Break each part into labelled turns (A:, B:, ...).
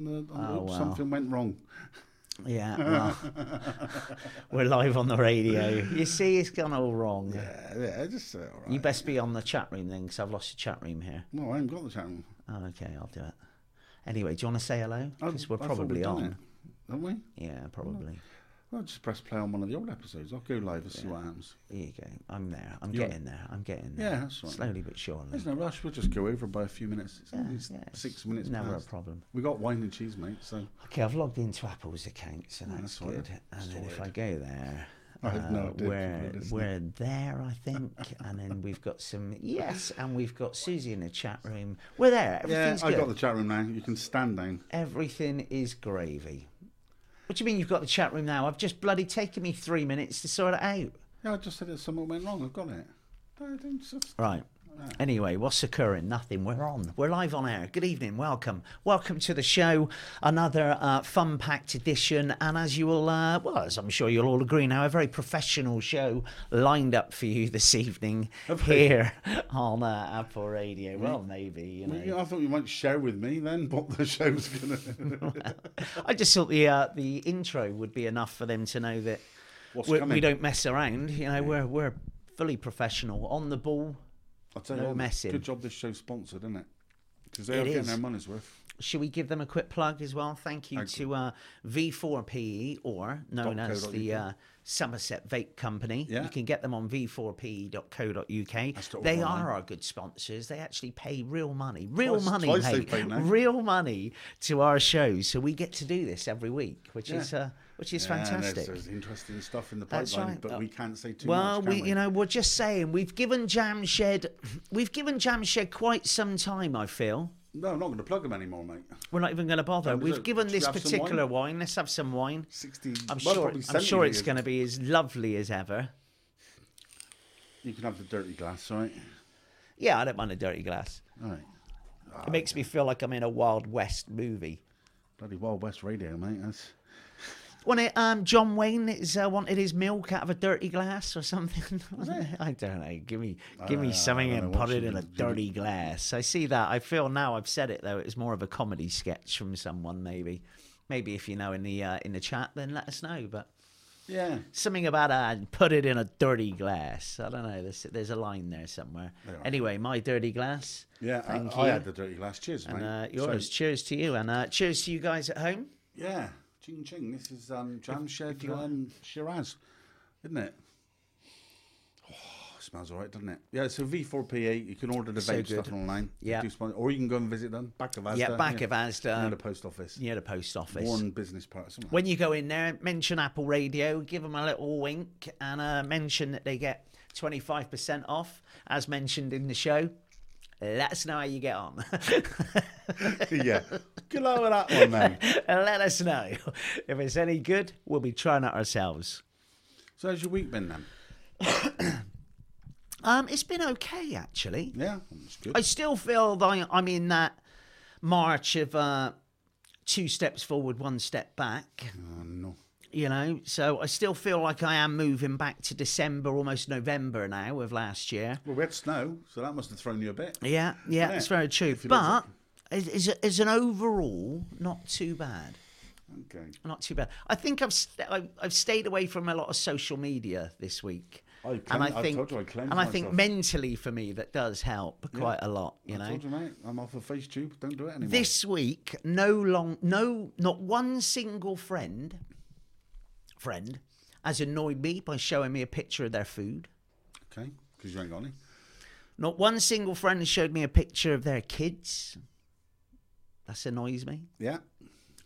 A: No,
B: Oh,
A: oops,
B: well.
A: Something went wrong.
B: Yeah, well, we're live on the radio. You see, it's gone all wrong.
A: Yeah, yeah, just uh, all right.
B: You best be on the chat room then, because I've lost your chat room here.
A: No, I haven't got the channel.
B: Oh, okay, I'll do it. Anyway, do you want to say hello?
A: I-
B: Because we're
A: I thought we'd
B: probably
A: Oh, done
B: on.
A: it, haven't we?
B: Yeah, probably.
A: Well, just press play on one of the old episodes. I'll go live and see what happens.
B: There you go. I'm there. I'm
A: You're-
B: getting there. I'm getting there.
A: Yeah, that's right.
B: Slowly but surely.
A: There's no rush. We'll just go over by a few minutes. It's,
B: Yeah,
A: it's
B: yeah, it's
A: six minutes
B: Never
A: past.
B: a problem. Oh,
A: We got wine and cheese, mate. So
B: Okay, I've logged into Apple's account, so
A: Yeah,
B: that's
A: that's all right.
B: good. And
A: That's
B: then
A: all
B: if
A: right.
B: I go there,
A: I have no
B: uh,
A: idea if
B: we're
A: people are
B: we're there, I think. and then we've got some yes, and we've got Susie in the chat room. We're there.
A: yeah,
B: Everything's
A: I
B: good.
A: got the chat room now. You can stand down.
B: Everything is gravy. What do you mean you've got the chat room now? I've just bloody taken me three minutes to sort it out.
A: Yeah, I just said that something went wrong. I've got it. No, don't just-
B: Right.
A: Right.
B: Anyway, what's occurring? Nothing. We're on. We're live on air. Good evening. Welcome. Welcome to the show. Another uh, fun packed edition. And as you will, uh, well, as I'm sure you'll all agree now, a very professional show lined up for you this evening here on uh, Apple Radio. Well, maybe, you know.
A: Yeah, I thought you might share with me then what the show's gonna.
B: I just thought the uh, the intro would be enough for them to know that
A: What's
B: we,
A: coming?
B: we don't mess around. You know, we're we're fully professional, on the ball.
A: I'll tell
B: no
A: you what,
B: messing.
A: Good job this show's sponsored, isn't it? Because they
B: It
A: are getting
B: is.
A: their money's worth.
B: Should we give them a quick plug as well? Thank you to uh, V4PE, E, or known
A: Dot co
B: as
A: dot
B: the
A: UK.
B: uh, Somerset Vape Company.
A: Yeah.
B: You can get them on E v4pe.co.uk.
A: the
B: They
A: one,
B: are our good sponsors. They actually pay real money, real
A: Twice-
B: money,
A: twice they
B: mate.
A: pay now.
B: real money to our shows. So we get to do this every week, which
A: Yeah.
B: is uh, which is
A: Yeah, there's-
B: fantastic.
A: There's, interesting stuff in the
B: That's
A: pipeline,
B: right.
A: but
B: Uh,
A: we can't say too
B: Well,
A: much. Can
B: we, you know, we're just saying we've given Jamshed, we've given Jamshed quite some time. I feel
A: no, I'm not going to plug them anymore, mate.
B: we're not even going to bother.
A: Jam, is
B: We've
A: it-
B: given
A: should we
B: this
A: have some wine?
B: particular wine? Let's have some wine.
A: Sixty.
B: I'm
A: well,
B: sure.
A: probably
B: I'm
A: 70
B: sure it's
A: years.
B: going to be as lovely as ever.
A: You can have the dirty glass, all right?
B: Yeah, I don't mind a dirty glass.
A: All right. Ah,
B: It makes me feel like I'm in a Wild West movie.
A: Bloody Wild West radio, mate. That's
B: When it, um, John Wayne is, uh, wanted his milk out of a dirty glass or something. I don't know. Give me, give me
A: Uh,
B: something
A: I don't
B: and
A: know
B: put
A: what
B: it
A: she
B: in a
A: did.
B: dirty glass. I see that. I feel now I've said it though. It was more of a comedy sketch from someone. Maybe, maybe if you know in the uh, in the chat, then let us know. But
A: yeah.
B: something about uh, put it in a dirty glass. I don't know. There's there's a line there somewhere.
A: are.
B: Anyway, my dirty glass.
A: Yeah,
B: Thank
A: I, I
B: you.
A: had the dirty glass. Cheers,
B: And
A: mate.
B: uh,
A: So,
B: yours. cheers to you, and uh, cheers to you guys at home.
A: yeah, ching ching. This is um, Jamshed
B: you want-
A: um, Shiraz, isn't it? Oh, smells all right, doesn't it? Yeah, so V4PA. You can order the
B: So
A: vape
B: good.
A: stuff online. They
B: Yeah.
A: do sponsor- or you can go and visit them back of Asda.
B: yeah, back of Asda,
A: near the post office.
B: near the post office.
A: Warren Business Park. Something like
B: When you go in there, mention Apple Radio, give them a little wink, and uh, mention that they get twenty five percent off, as mentioned in the show. Let us know how you get on.
A: that. yeah, good luck with that one, then.
B: and let us know if it's any good. We'll be trying it ourselves.
A: So, how's your week been then?
B: Um, it's been okay actually.
A: Yeah, it's good.
B: I still feel that I'm in that march of uh, two steps forward, one step back.
A: Oh, no.
B: you know so i still feel like i am moving back to december almost november now of last year
A: Well, we had snow, so that must have thrown you a bit.
B: yeah yeah that's very true
A: you look
B: but as, as, a- as an overall not too bad
A: Okay.
B: not too bad i think i've st- I've, I've stayed away from a lot of social media this week
A: I
B: and
A: clean-
B: i
A: I've
B: think
A: told you I
B: and
A: cleanse
B: i think
A: myself.
B: mentally for me that does help quite a lot you
A: I
B: know
A: told you, mate, I'm off of FaceTube. Don't do it anymore.
B: this week no long no not one single friend friend has annoyed me by showing me a picture of their food
A: Okay, because you ain't got any.
B: Not one single friend showed me a picture of their kids. That annoys me.
A: Yeah.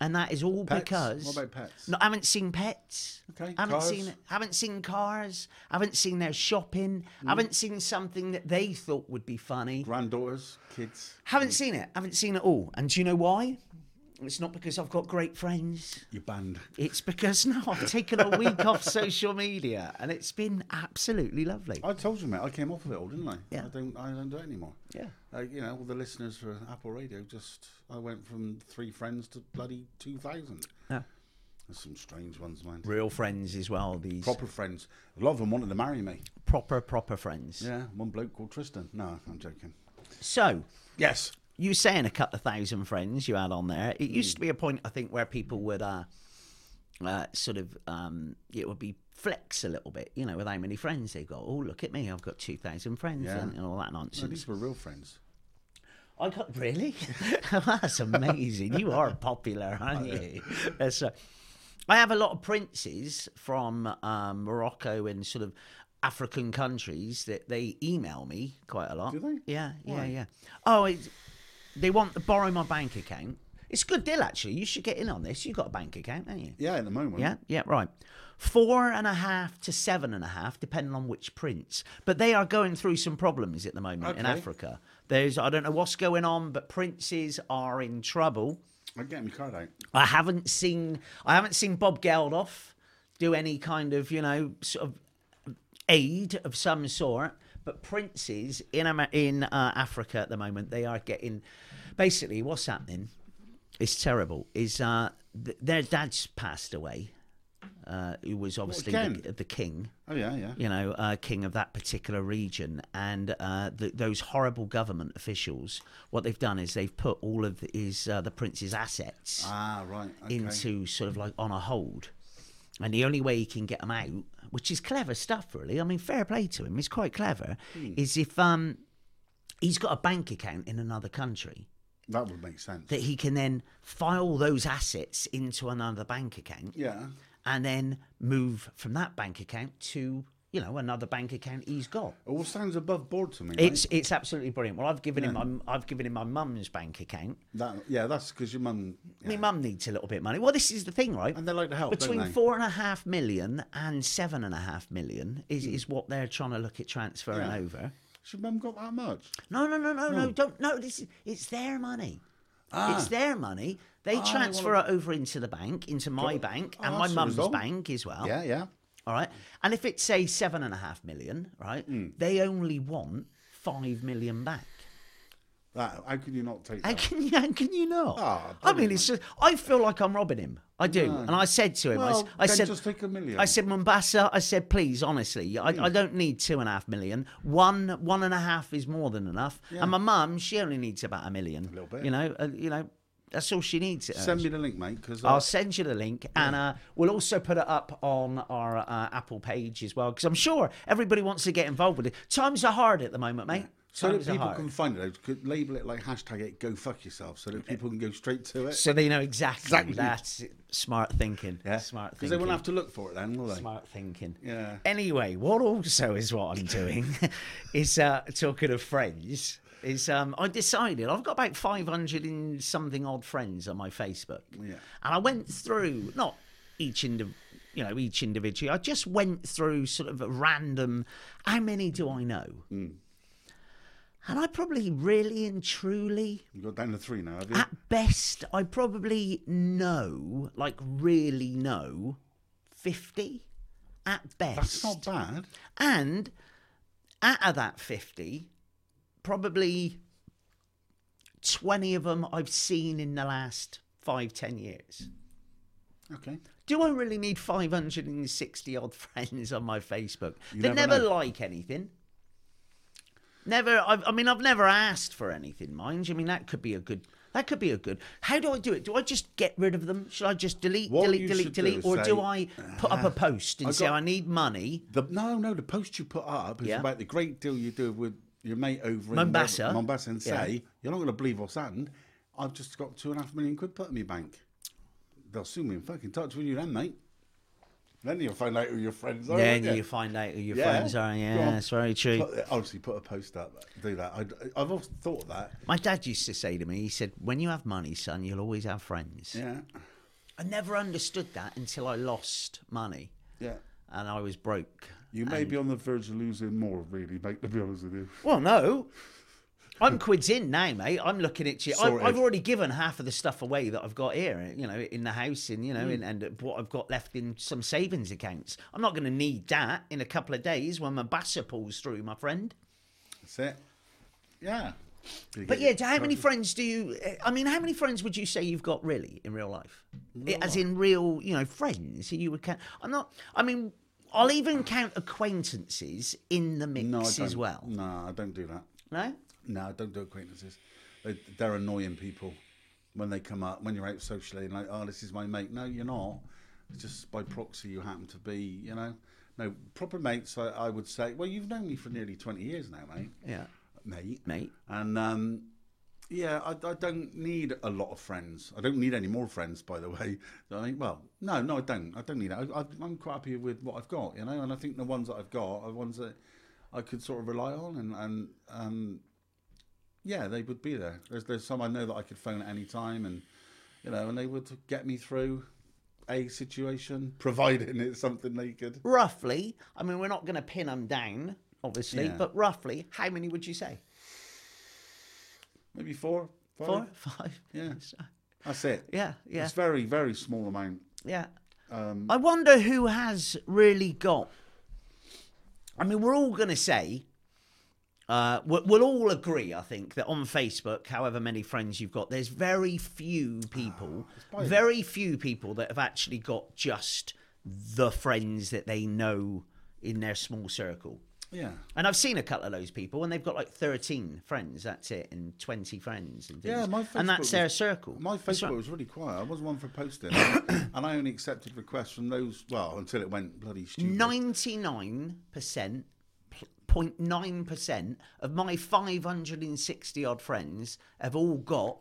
B: And that is all
A: Pets?
B: because
A: What about pets?
B: No, I haven't seen pets.
A: Okay,
B: Haven't
A: cars?
B: seen haven't seen cars. Haven't seen their shopping.
A: Mm.
B: Haven't seen something that they thought would be funny.
A: Granddaughters, kids.
B: Haven't seen it. Haven't seen it all. And do you know why? It's not because I've got great friends.
A: You're banned.
B: It's because no, I've taken a week off social media and it's been absolutely lovely.
A: I told you, mate. I came off of it all, didn't I?
B: Yeah.
A: I don't. I don't do it anymore.
B: Yeah.
A: Uh, you know, all the listeners for Apple Radio just. I went from three friends to bloody two thousand.
B: Yeah.
A: There's some strange ones, man.
B: Real friends as well, these
A: Proper friends. A lot of them wanted to marry me.
B: proper, proper friends.
A: Yeah. One bloke called Tristan. No, I'm joking.
B: So
A: Yes.
B: you were saying a couple of thousand friends you had on there. It used to be a point, I think, where people would uh, uh, sort of um, it would be flex a little bit, you know, with how many friends they got. Oh, look at me, I've got two thousand friends
A: Yeah.
B: and, and all that
A: No,
B: nonsense.
A: these were real friends.
B: I got really. That's amazing. You are popular, aren't you? That's right. I have a lot of princes from um, Morocco and sort of African countries that they email me quite a lot.
A: Do they?
B: Yeah, yeah,
A: Why?
B: yeah. Oh, it's, they want to borrow my bank account. It's a good deal, actually. You should get in on this. You've got a bank account, haven't you?
A: Yeah, at the moment.
B: Yeah, yeah, right. Four and a half to seven and a half, depending on which prince. But they are going through some problems at the moment in
A: Okay.
B: Africa. There's, I don't know what's going on, but princes are in trouble.
A: I'm getting my card out.
B: I haven't seen, I haven't seen Bob Geldof do any kind of, you know, sort of aid of some sort. But princes in Amer- in uh, Africa at the moment, they are getting basically what's happening. It's terrible. Is uh, th- their dad's passed away, uh, who was obviously the,
A: again?
B: the king,
A: Oh yeah, yeah.
B: you know, uh, king of that particular region, and uh, th those horrible government officials. What they've done is they've put all of his uh, the prince's assets
A: Ah, right. Okay.
B: into sort of like on a hold. And the only way he can get them out, which is clever stuff, really. I mean, fair play to him; he's quite clever.
A: Hmm.
B: Is if um, he's got a bank account in another country
A: that would make sense.
B: that he can then file those assets into another bank account,
A: yeah.
B: and then move from that bank account to you know another bank account he's got.
A: It all sounds above board to me. mate.
B: It's it's absolutely brilliant. Well, I've given him my, I've given him my mum's bank account.
A: That, yeah, that's because your mum. yeah.
B: My mum needs a little bit of money. Well, this is the thing, right?
A: And they like to help,
B: Between
A: don't they?
B: four and a half million and seven and a half million is, is what they're trying to look at transferring
A: Hmm. Yeah. Hmm.
B: over.
A: Has your mum got that much?
B: No, no, no, no, no. Don't no. This is, it's their money. It's their money. They
A: Ah. they
B: transfer
A: wanna-
B: it over into the bank, into my bank,
A: Oh,
B: and my
A: that's the
B: mum's
A: result.
B: bank as well.
A: Yeah, yeah.
B: All right. And if it's say seven and a half million, right?
A: Hmm.
B: They only want five million back.
A: That, how could you not take
B: How
A: that?
B: can you? How can you not?
A: Ah,
B: I mean, it's just. I feel like I'm robbing him. I do. And I said to him, I s-
A: Well,
B: I,
A: then
B: said,
A: just take a million.
B: I said, Mombasa. I said, please, honestly, I,
A: Mm.
B: I don't need two and a half million. One, one and a half is more than enough. And my mum, she only needs about a million. A
A: little bit.
B: You know. Uh, you know. That's all she needs. uh,
A: Send me the link, mate, because
B: I'll send you the link, and uh, we'll also put it up on our uh, Apple page as well, because I'm sure everybody wants to get involved with it. Times are hard at the moment, mate.
A: so that
B: Times are
A: people
B: hard.
A: can find it, could label it like hashtag it go fuck yourself, so that people can go straight to it.
B: So they know exactly.
A: Exactly.
B: That's it. smart thinking.
A: Yeah,
B: Smart
A: Because
B: thinking.
A: they won't have to look for it then, will they?
B: smart thinking.
A: Yeah.
B: Anyway, what also is what I'm doing is uh, talking of friends. Is um, I decided I've got about 500 and something odd friends on my Facebook.
A: Yeah.
B: And I went through not each indiv- you know each individual. I just went through sort of a random. How many do I know?
A: Hmm.
B: And I probably really and truly
A: You've got down to three now, have you?
B: at best, I probably know, like really know, 50 at best.
A: That's not bad.
B: And out of that 50, probably 20 of them I've seen in the last five, 10 years.
A: Okay.
B: Do I really need 560 odd friends on my Facebook? they
A: never
B: never
A: know.
B: like anything. Never. I've, I mean, I've never asked for anything, mind you. I mean, that could be a good. That could be a good. How do I do it? Do I just get rid of them? Should I just delete,
A: What
B: delete,
A: you
B: delete,
A: should do
B: delete,
A: is
B: or
A: say, "Ah,
B: do I put up a post and
A: I
B: say
A: got-
B: I need money?
A: The, no, no, the post you put up is
B: Yeah.
A: about the great deal you do with your mate over in
B: Mombasa.
A: wherever- Mombasa and
B: Yeah.
A: say, you're not going to believe what's happened. I've just got two and a half million quid put in my bank. They'll soon be in fucking touch with you then, mate. Then you'll find out who your friends are.
B: then
A: won't
B: you find out who your
A: Oh, Yeah.
B: friends are. Yeah,
A: Go on.
B: that's very true.
A: Put- Obviously, put a post up. Do that. I, I've always thought of that.
B: My dad used to say to me, he said, "When you have money, son, you'll always have friends."
A: Yeah.
B: I never understood that until I lost money
A: Yeah.
B: and I was broke.
A: You may be on the verge of losing more, really, mate, to be honest with you.
B: Well, no. I'm quids in now, mate. I'm looking at you. I,
A: Sorted.
B: I've already given half of the stuff away that I've got here, you know, in the house, and you know, in and what I've got left in some savings accounts. I'm not going to need that in a couple of days when my bassa pulls through, my friend.
A: That's it. Yeah. You
B: But
A: get
B: yeah,
A: it.
B: how many friends do you? eh, I mean, how many friends would you say you've got really in real life, Eh, as in real, you know, friends? that You would count. I'm not. I mean, I'll even count acquaintances in the mix
A: No, I
B: as
A: don't.
B: well.
A: No, I don't do that.
B: No.
A: No, I don't do acquaintances. They, they're annoying people when they come up, when you're out socially and like, oh, this is my mate. No, you're not. It's just by proxy you happen to be, you know. No, proper mates, I, I would say, well, you've known me for nearly 20 years now, mate.
B: Yeah.
A: Mate.
B: Mate.
A: And um, yeah, I, I don't need a lot of friends. I don't need any more friends, by the way. I mean, well, no, no, I don't. I don't need it. I, I, I'm quite happy with what I've got, you know. And I think the ones that I've got are ones that I could sort of rely on, and and um, yeah, they would be there. There's there's some I know that I could phone at any time, and you know, and they would get me through a situation, providing it's something they could.
B: Roughly, I mean, we're not going to pin them down, obviously,
A: Yeah.
B: but roughly, how many would you say?
A: Maybe four, five.
B: Four, five.
A: Yeah.
B: So-
A: That's it.
B: yeah, yeah,
A: It's Um, very very small amount.
B: yeah. I wonder who has really got. I mean, we're all going to say. Uh, we- we'll all agree, I think, that on Facebook, however many friends you've got, there's very few people,
A: by-
B: very few people that have actually got just the friends that they know in their small circle.
A: Yeah.
B: And I've seen a couple of those people, and they've got like 13 friends, that's it, and 20 friends. And things.
A: Yeah, my
B: And
A: Facebook
B: that's their
A: was-
B: circle.
A: My
B: That's
A: Facebook
B: right.
A: was really quiet. I was one for posting, and I only accepted requests from those. Well, until it went bloody stupid.
B: 99%, pl- 0.9% of my 560 odd friends have all got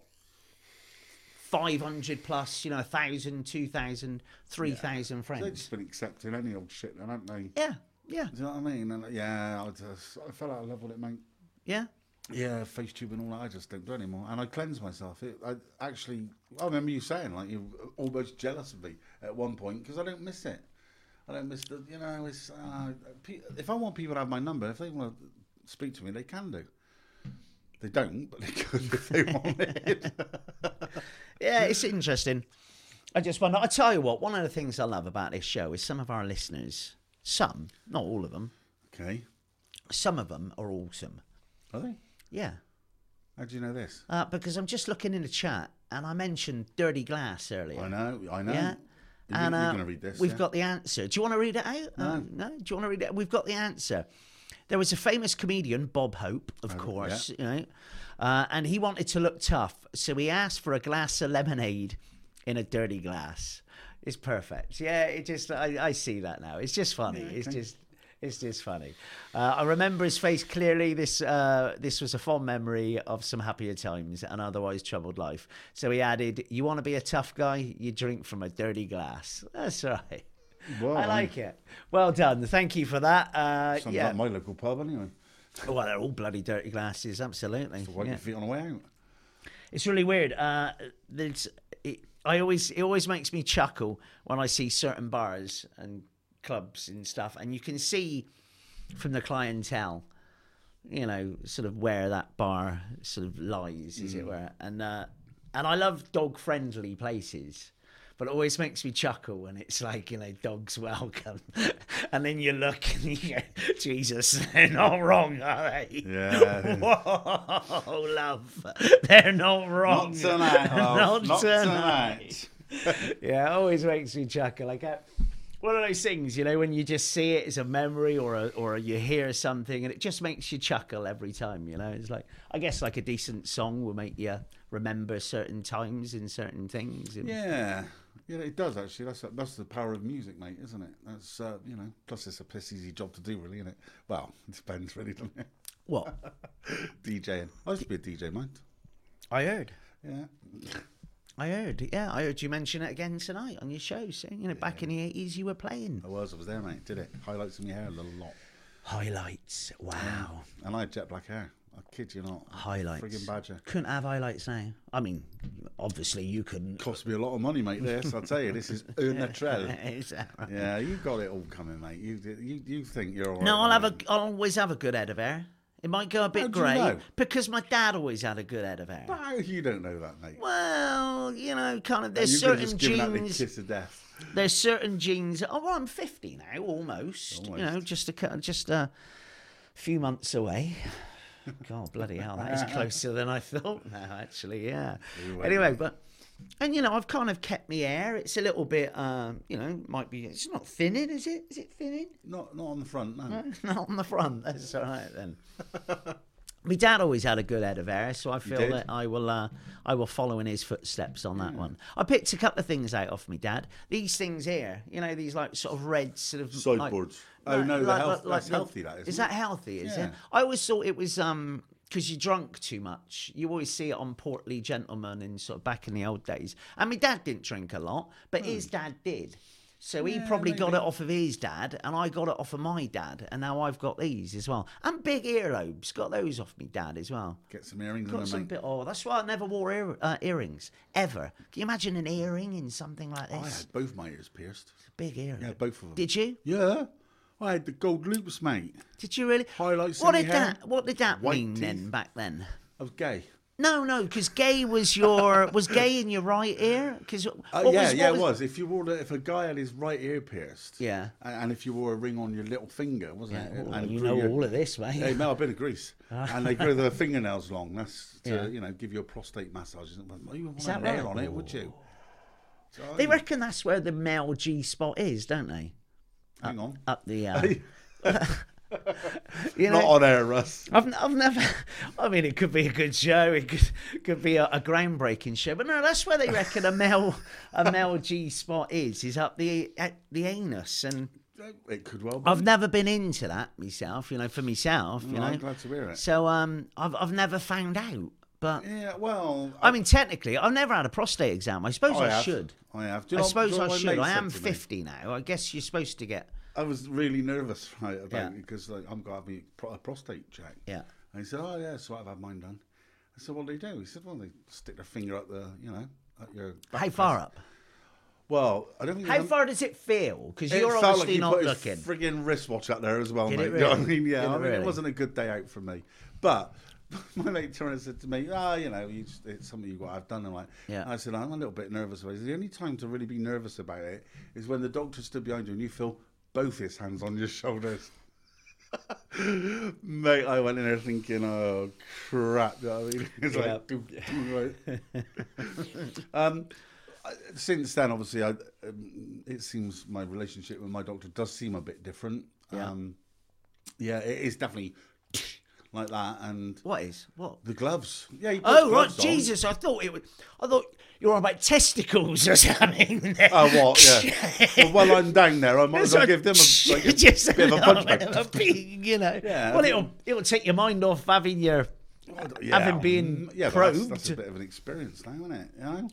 B: 500 plus, you know, 1,000, 2,000, 3,000
A: They've
B: friends.
A: just been accepting any old shit, then, haven't they?
B: Yeah, yeah,
A: Do you know what I mean? And, like, yeah, I just I fell out of love with it, mate.
B: yeah.
A: Yeah, FaceTube and all that. I just don't do anymore, and I cleanse myself. It, I actually, I remember you saying like you're almost jealous of me at one point because I don't miss it. I don't miss the, you know, it's uh, pe- if I want people to have my number, if they want to speak to me, they can do. They don't, but they could if they wanted.
B: Yeah, it's interesting. I just wonder. I tell you what, one of the things I love about this show is some of our listeners, some, not all of them,
A: okay,
B: some of them are awesome.
A: are they?
B: Yeah.
A: How do you know this?
B: Uh, because I'm just looking in the chat and I mentioned Dirty Glass earlier.
A: I know, I know.
B: Yeah.
A: You,
B: and
A: are
B: uh,
A: going to read this.
B: We've
A: yeah?
B: got the answer. Do you want to read it out? No. no. Do you want to read it? We've got the answer. There was a famous comedian, Bob Hope, of course, you know, uh, and he wanted to look tough, so he asked for a glass of lemonade in a dirty glass. It's perfect. Yeah, it just I, I see that now. It's just funny. It's just it's just funny. Uh, I remember his face clearly. This uh, this was a fond memory of some happier times and otherwise troubled life. So he added, "You want to be a tough guy? You drink from a dirty glass." That's right.
A: Well,
B: I like it. Well done. Thank you for that. Uh,
A: Sounds
B: yeah. Oh,
A: like my local pub anyway.
B: well, they're all bloody dirty glasses. Absolutely.
A: Wipe
B: Yeah.
A: your feet on the way out.
B: It's really weird. Uh, there's, it, I always it always makes me chuckle when I see certain bars and clubs and stuff, and you can see from the clientele, you know, sort of where that bar sort of lies, as
A: Mm.
B: it were. And uh, and I love dog friendly places. But it always makes me chuckle when it's like, you know, dogs welcome. and then you look and you go, Jesus, they're not wrong, are they?
A: Yeah.
B: Whoa, love. They're not wrong.
A: Not tonight. love.
B: Oh, Not
A: Not
B: tonight.
A: tonight.
B: Yeah, it always makes me chuckle. Like, uh, one of those things, you know, when you just see it as a memory or a, or you hear something and it just makes you chuckle every time, you know? It's like, I guess, like a decent song will make you remember certain times and certain things. And-
A: Yeah, yeah, it does actually. That's that's the power of music, mate, isn't it? That's uh, you know. Plus, it's a piss easy job to do, really, isn't it? Well, it depends, really, doesn't it?
B: What?
A: DJing. I used to be a DJ, mate.
B: I heard.
A: Yeah,
B: I heard. Yeah, I heard you mention it again tonight on your show, saying, you know, back in the 80s you were playing.
A: I was. I was there, mate. Did it? Highlights in my hair a lot,
B: Highlights. Wow.
A: and I had jet black hair. I kid you not.
B: Highlights.
A: Friggin' badger.
B: Couldn't have highlights now. I mean, obviously you couldn't.
A: Cost me a lot of money, mate. This, I tell you, this is un naturel.
B: Is that right?
A: Yeah, you got it all coming, mate. You you, you think you're all right.
B: No, I'll have
A: mate.
B: a. I'll always have a good head of hair. It might go a bit
A: do you
B: grey
A: know?
B: because my dad always had a good head of hair.
A: How you don't know that, mate?
B: well, you know, kind of. There's
A: you could have
B: certain
A: just given that the
B: genes.
A: kiss of death.
B: There's certain genes. Oh, well, I'm 50 now, almost. You know,
A: Almost.
B: just a cou- just a few months away. God, bloody hell, that is closer than I thought now. Actually, yeah.
A: were.
B: Anyway, but and you know, I've kind of kept my hair. It's a little bit, um, you know, might be. It's not thinning, is it? Is it thinning?
A: Not not on the front, no.
B: Not on the front. That's all right then. my dad always had a good head of hair, so I feel
A: did? Hmm.
B: that I will uh, I will follow in his footsteps on that one. I picked a couple of things out off my dad. These things here, you know, these like sort of red sort of like-
A: Sideboards. Oh, no, they're health- that's healthy, that, isn't
B: is
A: it?
B: that healthy? Is
A: Yeah.
B: it? I always thought it was um because you drunk too much. You always see it on portly gentlemen and sort of back in the old days. And my dad didn't drink a lot, but
A: Hmm.
B: his dad did. So he probably got it off of his dad, and I got it off of my dad, and now I've got these as well. And big earlobes, got those off me dad as well.
A: Get some earrings
B: Got
A: on
B: some
A: them, mate.
B: bit. Oh, that's why I never wore ear, uh, earrings ever. Can you imagine an earring in something like
A: I
B: this?
A: had both my ears pierced.
B: Big earring.
A: Yeah, both of them.
B: Did you?
A: Yeah. I had the gold loops, mate.
B: Did you really?
A: Highlights
B: What
A: in
B: did
A: your hair,
B: that? What did that
A: white
B: mean then?
A: teeth.
B: Back then.
A: I was gay.
B: No, no, because gay was your was gay in your right ear. Because
A: Uh, yeah, yeah, it was. If you wore the, if a guy had his right ear pierced,
B: Yeah.
A: a- and, if you wore a ring on your little finger, wasn't it?
B: Oh,
A: and
B: you
A: grew
B: know
A: your-
B: all of this, mate.
A: Hey, mate, I've been to Greece,
B: Ah.
A: and they grow their fingernails long. That's to you know give you a prostate massage. You wouldn't want
B: that
A: a nail
B: right?
A: on it, would you? So,
B: They reckon that's where the male G spot is, don't they?
A: hang on,
B: Up the, uh, you
A: not
B: know,
A: on air, Russ.
B: I've, n- I've never. I mean, it could be a good show. It could could be a, a groundbreaking show. But no, that's where they reckon a male a male G spot is is up the at the anus, and
A: It could well. Be.
B: I've never been into that myself. You know, for myself, you
A: Well, I'm
B: know.
A: glad to hear it.
B: So um, I've I've never found out, but
A: Yeah, well,
B: I mean, technically, I've never had a prostate exam. I suppose I,
A: have.
B: should.
A: I have. Do you
B: I
A: know- do
B: suppose
A: you know
B: I
A: what my
B: should.
A: mate
B: I
A: said
B: am
A: to me?
B: 50 now. I guess you're supposed to get.
A: I was really nervous, right, about
B: Yeah.
A: it because like, I'm going to have me pro- a prostate check.
B: Yeah.
A: And he said, "Oh yeah, so I've had mine done." I said, "What do they do?" He said, "Well, they stick their finger up the, you know, at your." Back
B: How far up?
A: Well, I don't think.
B: How
A: I'm-
B: far does it feel? Because
A: It
B: you're
A: felt like
B: obviously
A: he
B: not
A: put
B: looking.
A: His friggin' wristwatch up there as well,
B: Did
A: mate.
B: it
A: Do you know what I
B: really?
A: mean? Yeah,
B: Did
A: I
B: it
A: mean,
B: really?
A: it wasn't a good day out for me. But my mate Turner said to me, "Ah, you know, you just, it's something you got to have done." I'm like,
B: Yeah.
A: And I said, "I'm a little bit nervous about it." The only time to really be nervous about it is when the doctor stood behind you and you feel both his hands on your shoulders. Mate, I went in there thinking, oh crap! You know what I mean? It's
B: Yeah.
A: like, do, do, right. um, I- since then, obviously, I, um, it seems my relationship with my doctor does seem a bit different.
B: Yeah.
A: Um, yeah, it is definitely like that, and
B: What is? What?
A: the gloves. Yeah. He puts
B: Oh, right.
A: gloves on.
B: Jesus, I thought it was. I thought you were on about testicles or something.
A: Oh, what? Yeah. well, while I'm down there, I might as well give them a, like, a
B: Just
A: bit of a punch.
B: a big, you know.
A: Yeah, I
B: well,
A: mean-
B: it'll, it'll take your mind off having your. having been
A: yeah, but that's- That's, a
B: probed.
A: bit of an experience now, isn't it? You know?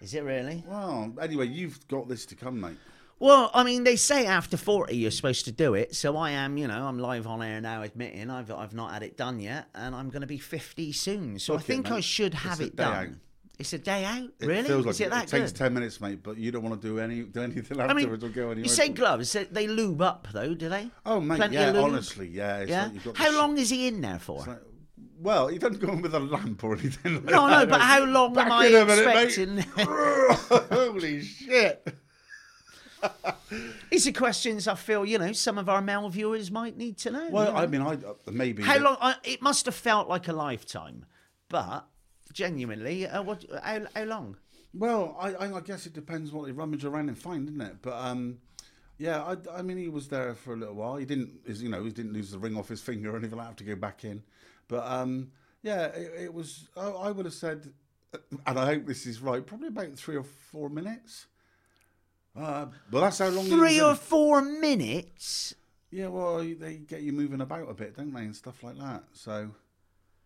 B: Is it really?
A: Well, anyway, you've got this to come, mate.
B: Well, I mean, they say after 40 you're supposed to do it. So I am, you know, I'm live on air now admitting I've, I've not had it done yet. And I'm going to be 50 soon. So I
A: Book it,
B: think I
A: mate.
B: should have
A: It's a
B: it
A: day
B: done.
A: out.
B: It's a day out? Really?
A: Feels like
B: Is it that
A: takes
B: good?
A: ten minutes, mate. But you don't want to do any do anything
B: I mean,
A: afterwards or go anywhere.
B: you say gloves. They, they lube up, though, do they?
A: oh, mate,
B: Plenty
A: yeah,
B: of lube?
A: honestly, yeah. It's
B: Yeah.
A: Like you've got
B: how
A: this-
B: long is he in there for?
A: like- well, he doesn't go in with a lamp or anything. Like
B: No, no,
A: that,
B: but
A: does he?
B: how long
A: Back
B: am I
A: in a minute, mate.
B: expecting?
A: Holy shit!
B: These are questions I feel, you know, some of our male viewers might need to know.
A: Well,
B: you know.
A: I mean, I uh, maybe
B: How
A: that-
B: long? I, it must have felt like a lifetime, but genuinely, uh, what? How, how long?
A: Well, I, I, I guess it depends what they rummage around and find, doesn't it? But um, yeah, I, I mean, he was there for a little while. He didn't, is you know, he didn't lose the ring off his finger or anything. I have to go back in, but um, yeah, it, it was. I, I would have said, uh, and I hope this is right, probably about three or four minutes. Uh, but that's how long. he was
B: Three
A: in.
B: or four minutes.
A: yeah. Well, they get you moving about a bit, don't they, and stuff like that. So,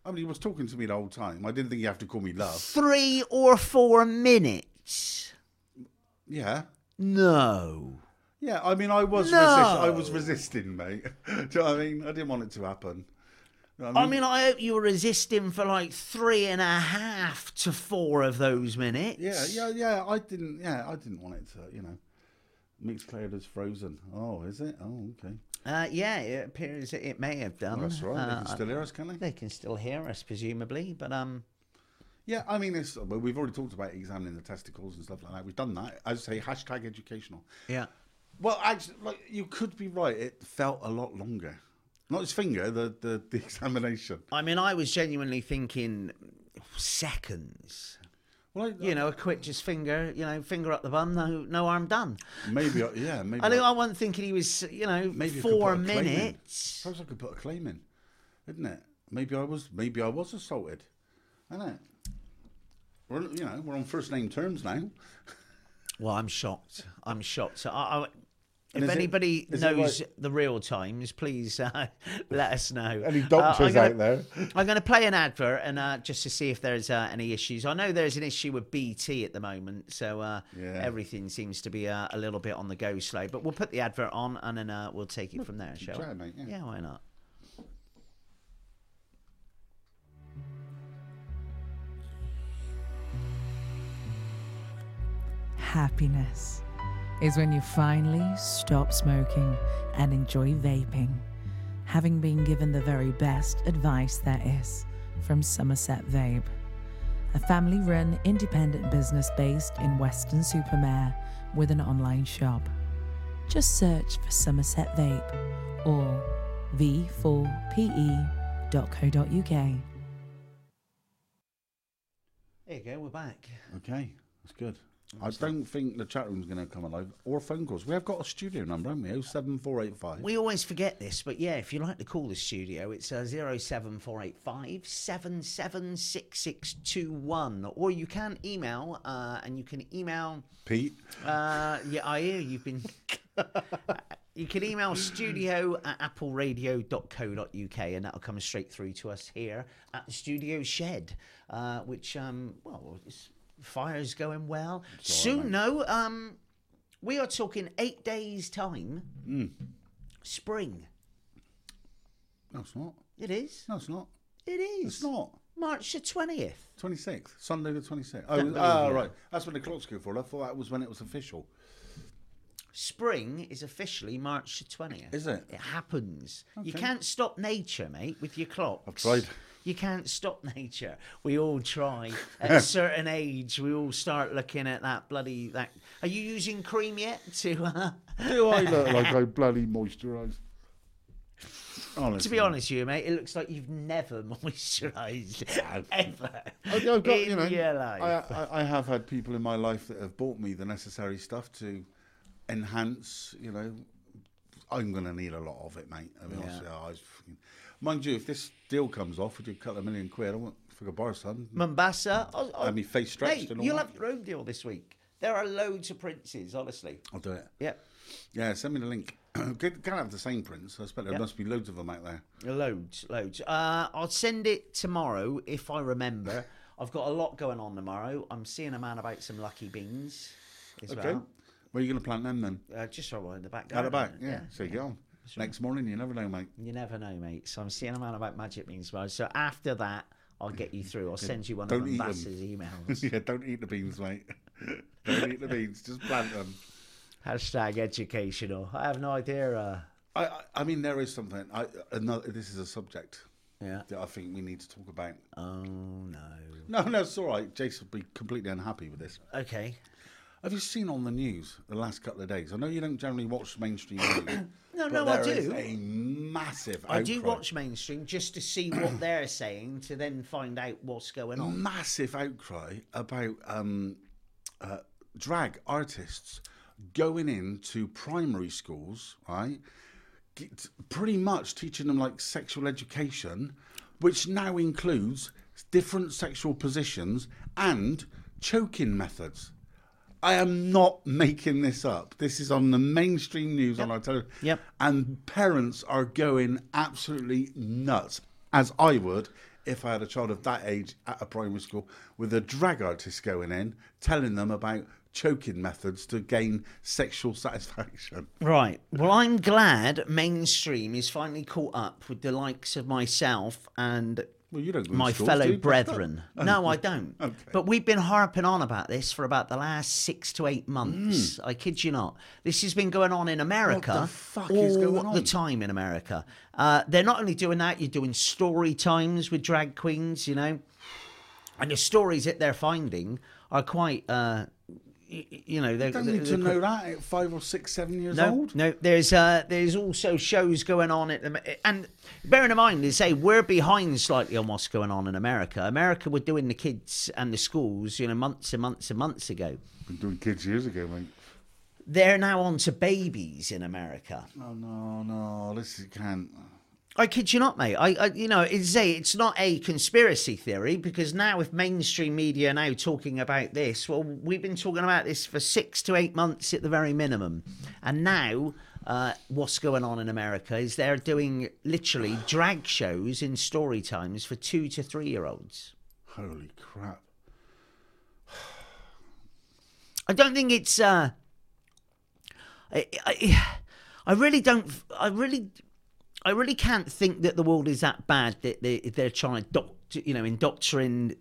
A: I mean, he was talking to me the whole time. I didn't think you have to call me love.
B: Three or four minutes.
A: Yeah.
B: No.
A: Yeah, I mean, I was
B: No.
A: resist- I was resisting, mate. Do you know what I mean? I didn't want it to happen. You know what I
B: I
A: mean,
B: mean, I hope you were resisting for like three and a half to four of those minutes.
A: yeah, yeah, yeah. I didn't. Yeah, I didn't want it to. You know, mixed cloud is frozen. Oh, is it? Oh, okay.
B: Uh, yeah, it appears that it may have done.
A: That's all right. they
B: Uh,
A: can still hear us, can they?
B: they can still hear us, presumably, but um,
A: Yeah, I mean, it's, well, we've already talked about examining the testicles and stuff like that. We've done that. I say hashtag educational.
B: yeah.
A: Well, actually, like, you could be right. It felt a lot longer. Not his finger, the the, the examination.
B: I mean, I was genuinely thinking seconds.
A: Well, I,
B: You know, a quick just finger, you know, finger up the bum, no, no harm done.
A: maybe. I, yeah, maybe.
B: I think I wasn't thinking he was, you know,
A: Maybe I could
B: four
A: put a claim in.
B: minutes.
A: Suppose I could put a claim in, didn't it? Maybe I was. Maybe I was assaulted. Isn't it? We're, you know, we're on first name terms now.
B: Well, I'm shocked. I'm shocked. I, I,
A: And
B: if
A: is it-
B: anybody
A: is it
B: knows
A: like-
B: the real times, please uh, let us know.
C: Any
B: Uh,
C: doctors
B: I'm gonna-
C: out there?
B: I'm going to play an advert and uh, just to see if there's uh, any issues. I know there's an issue with BT at the moment, so uh,
A: Yeah.
B: everything seems to be uh, a little bit on the go slow. But we'll put the advert on and then uh, we'll take it from there, shall
A: try
B: we?
A: it, mate, yeah.
B: yeah, why not?
D: Happiness is when you finally stop smoking and enjoy vaping, having been given the very best advice there is from Somerset Vape, a family run independent business based in Weston Supermare with an online shop. Just search for Somerset Vape or e v4pe.co.uk.
B: There you go. We're back.
A: Okay, that's good. I don't think the chat room's going to come alive or phone calls. We have got a studio number, haven't we? 07485.
B: We always forget this, but yeah, if you like to call the studio, it's uh, 07485 776621. Or you can email, uh, and you can email.
A: Pete.
B: Uh, yeah, I hear you've been. you can email studio at appleradio.co.uk and that'll come straight through to us here at the studio shed, uh, which, um, well, it's, fire's going well. Soon, no, um, we are talking eight days' time.
A: Mm.
B: Spring.
A: No, it's not.
B: It is.
A: No, it's not.
B: It is.
A: It's not.
B: March the 20th.
A: 26th. Sunday the 26th.
B: Don't
A: Oh,
B: believe
A: ah,
B: you.
A: right. That's when the clocks go for. I thought that was when it was official.
B: Spring is officially March the 20th.
A: Is it?
B: It happens.
A: Okay.
B: You can't stop nature, mate, with your clocks. I've
A: tried.
B: You can't stop nature. We all try. At a certain age, we all start looking at that bloody that. Are you using cream yet? To uh,
C: Do I look like I bloody moisturised?
A: Honestly.
B: to be honest, with you mate, it looks like you've never moisturised ever
C: I- I've got,
B: in
C: you know,
B: your life.
A: I, uh, I, I have had people in my life that have bought me the necessary stuff to enhance, you know. I'm going to need a lot of it, mate. I mean, honestly, I was fucking... Mind you, if this deal comes off, would you cut a million quid? I want for a bar, son.
B: Mombasa. I,
A: Have me face stretched
B: Mate,
A: and all
B: you'll
A: that.
B: have your own deal this week. There are loads of princes, honestly.
A: I'll do it.
B: Yep.
A: Yeah, send me the link. Could- Can't have the same prints. I expect there
B: Yeah.
A: must be loads of them out there.
B: Loads, loads. Uh, I'll send it tomorrow if I remember. I've got a lot going on tomorrow. I'm seeing a man about some lucky beans as well.
A: Where are you going to plant them then?
B: Uh, just right in the back.
A: Out the back.
B: garden.
A: Yeah. So you get on. Next morning, you never know, mate.
B: You never know, mate. So I'm seeing a man about magic beans tomorrow. So after that, I'll get you through. I'll send you one
A: Don't
B: of
A: eat 'em.
B: Ambassador's emails.
A: yeah, don't eat the beans, mate. don't eat the beans. Just plant them.
B: Hashtag educational. I have no idea. Uh,
A: I, I, I mean, there is something. I another. This is a subject
B: yeah.
A: that I think we need to talk about.
B: Oh no.
A: No, no, it's all right. Jason will be completely unhappy with this.
B: Okay.
A: Have you seen on the news the last couple of days? I know you don't generally watch mainstream news.
B: No,
A: but
B: no, I
A: there is
B: do.
A: a massive.
B: I do
A: outcry.
B: watch mainstream just to see what they're saying to then find out what's going on.
A: massive outcry about um, uh, drag artists going into primary schools, right? Get, pretty much teaching them like sexual education, which now includes different sexual positions and choking methods. I am not making this up. This is on the mainstream news on our television.
B: Yep.
A: And parents are going absolutely nuts, as I would if I had a child of that age at a primary school with a drag artist going in, telling them about choking methods to gain sexual satisfaction.
B: Right. Well, I'm glad mainstream is finally caught up with the likes of myself and
A: Well, you don't go to
B: my
A: schools, do
B: fellow
A: you?
B: brethren. No, I don't. But we've been harping on about this for about the last six to eight months.
A: Hmm.
B: I kid you not. This has been going on in America
A: fuck
B: all
A: is going
B: the
A: on?
B: time in America. Uh, they're not only doing that, you're doing story times with drag queens, you know. And the stories that they're finding are quite, uh, y- y- you know, they're,
A: Don't
B: they're,
A: need
B: they're
A: to know that at five or six, seven years
B: no,
A: old.
B: No, there's uh, there's also shows going on at the ma- and bearing in mind they say we're behind slightly on what's going on in America. America were doing the kids and the schools, you know, months and months and months ago.
C: Been doing kids years ago, mate.
B: They're now on to babies in America.
A: Oh no, no, this is, can't.
B: I kid you not, mate. I, I you know, it's a, it's not a conspiracy theory because now with mainstream media now talking about this, well, we've been talking about this for six to eight months at the very minimum, and now. Uh, what's going on in America is they're doing literally drag shows in story times for two to three year olds.
A: Holy crap.
B: I don't think it's. Uh, I, I, I really don't. I really, I really can't think that the world is that bad that they, they're trying to, doc, you know, indoctrinate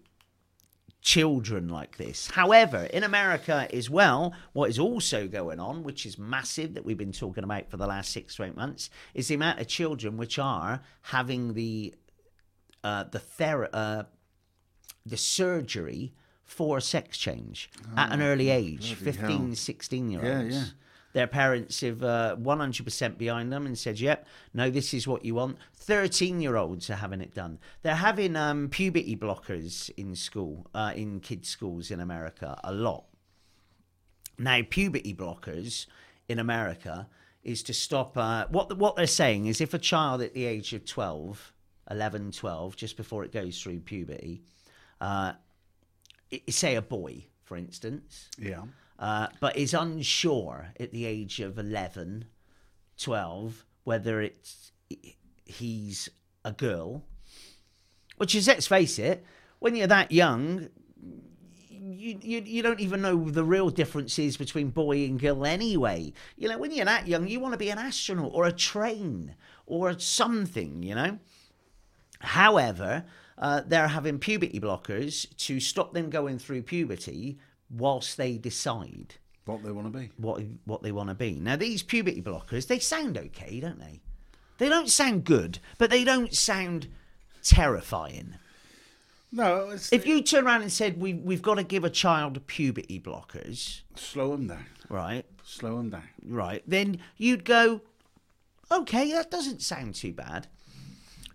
B: children like this. However, in America as well, what is also going on, which is massive that we've been talking about for the last six to eight months, is the amount of children which are having the uh, the ther- uh, the surgery for sex change at an early age, 15, 16 year olds.
A: yeah.
B: Their parents have uh, 100% behind them and said, yep, no, this is what you want. 13 year olds are having it done. They're having um, puberty blockers in school, uh, in kids' schools in America, a lot. Now, puberty blockers in America is to stop. Uh, what, what they're saying is if a child at the age of 12, 11, 12, just before it goes through puberty, uh, i- say a boy, for instance,
A: Yeah.
B: uh, but is unsure at the age of 11, 12, whether it's he's a girl, which is, let's face it, when you're that young, you, you, you don't even know the real differences between boy and girl anyway. You know, when you're that young, you want to be an astronaut or a train or something, you know? However, uh, they're having puberty blockers to stop them going through puberty whilst they decide
A: What they want to be.
B: what what they want to be. Now these puberty blockers, they sound okay, don't they? They don't sound good, but they don't sound terrifying.
A: No, it's
B: If you turn around and said we we've got to give a child puberty blockers,
A: slow them down.
B: right?
A: Slow them down.
B: right, then you'd go, okay, that doesn't sound too bad.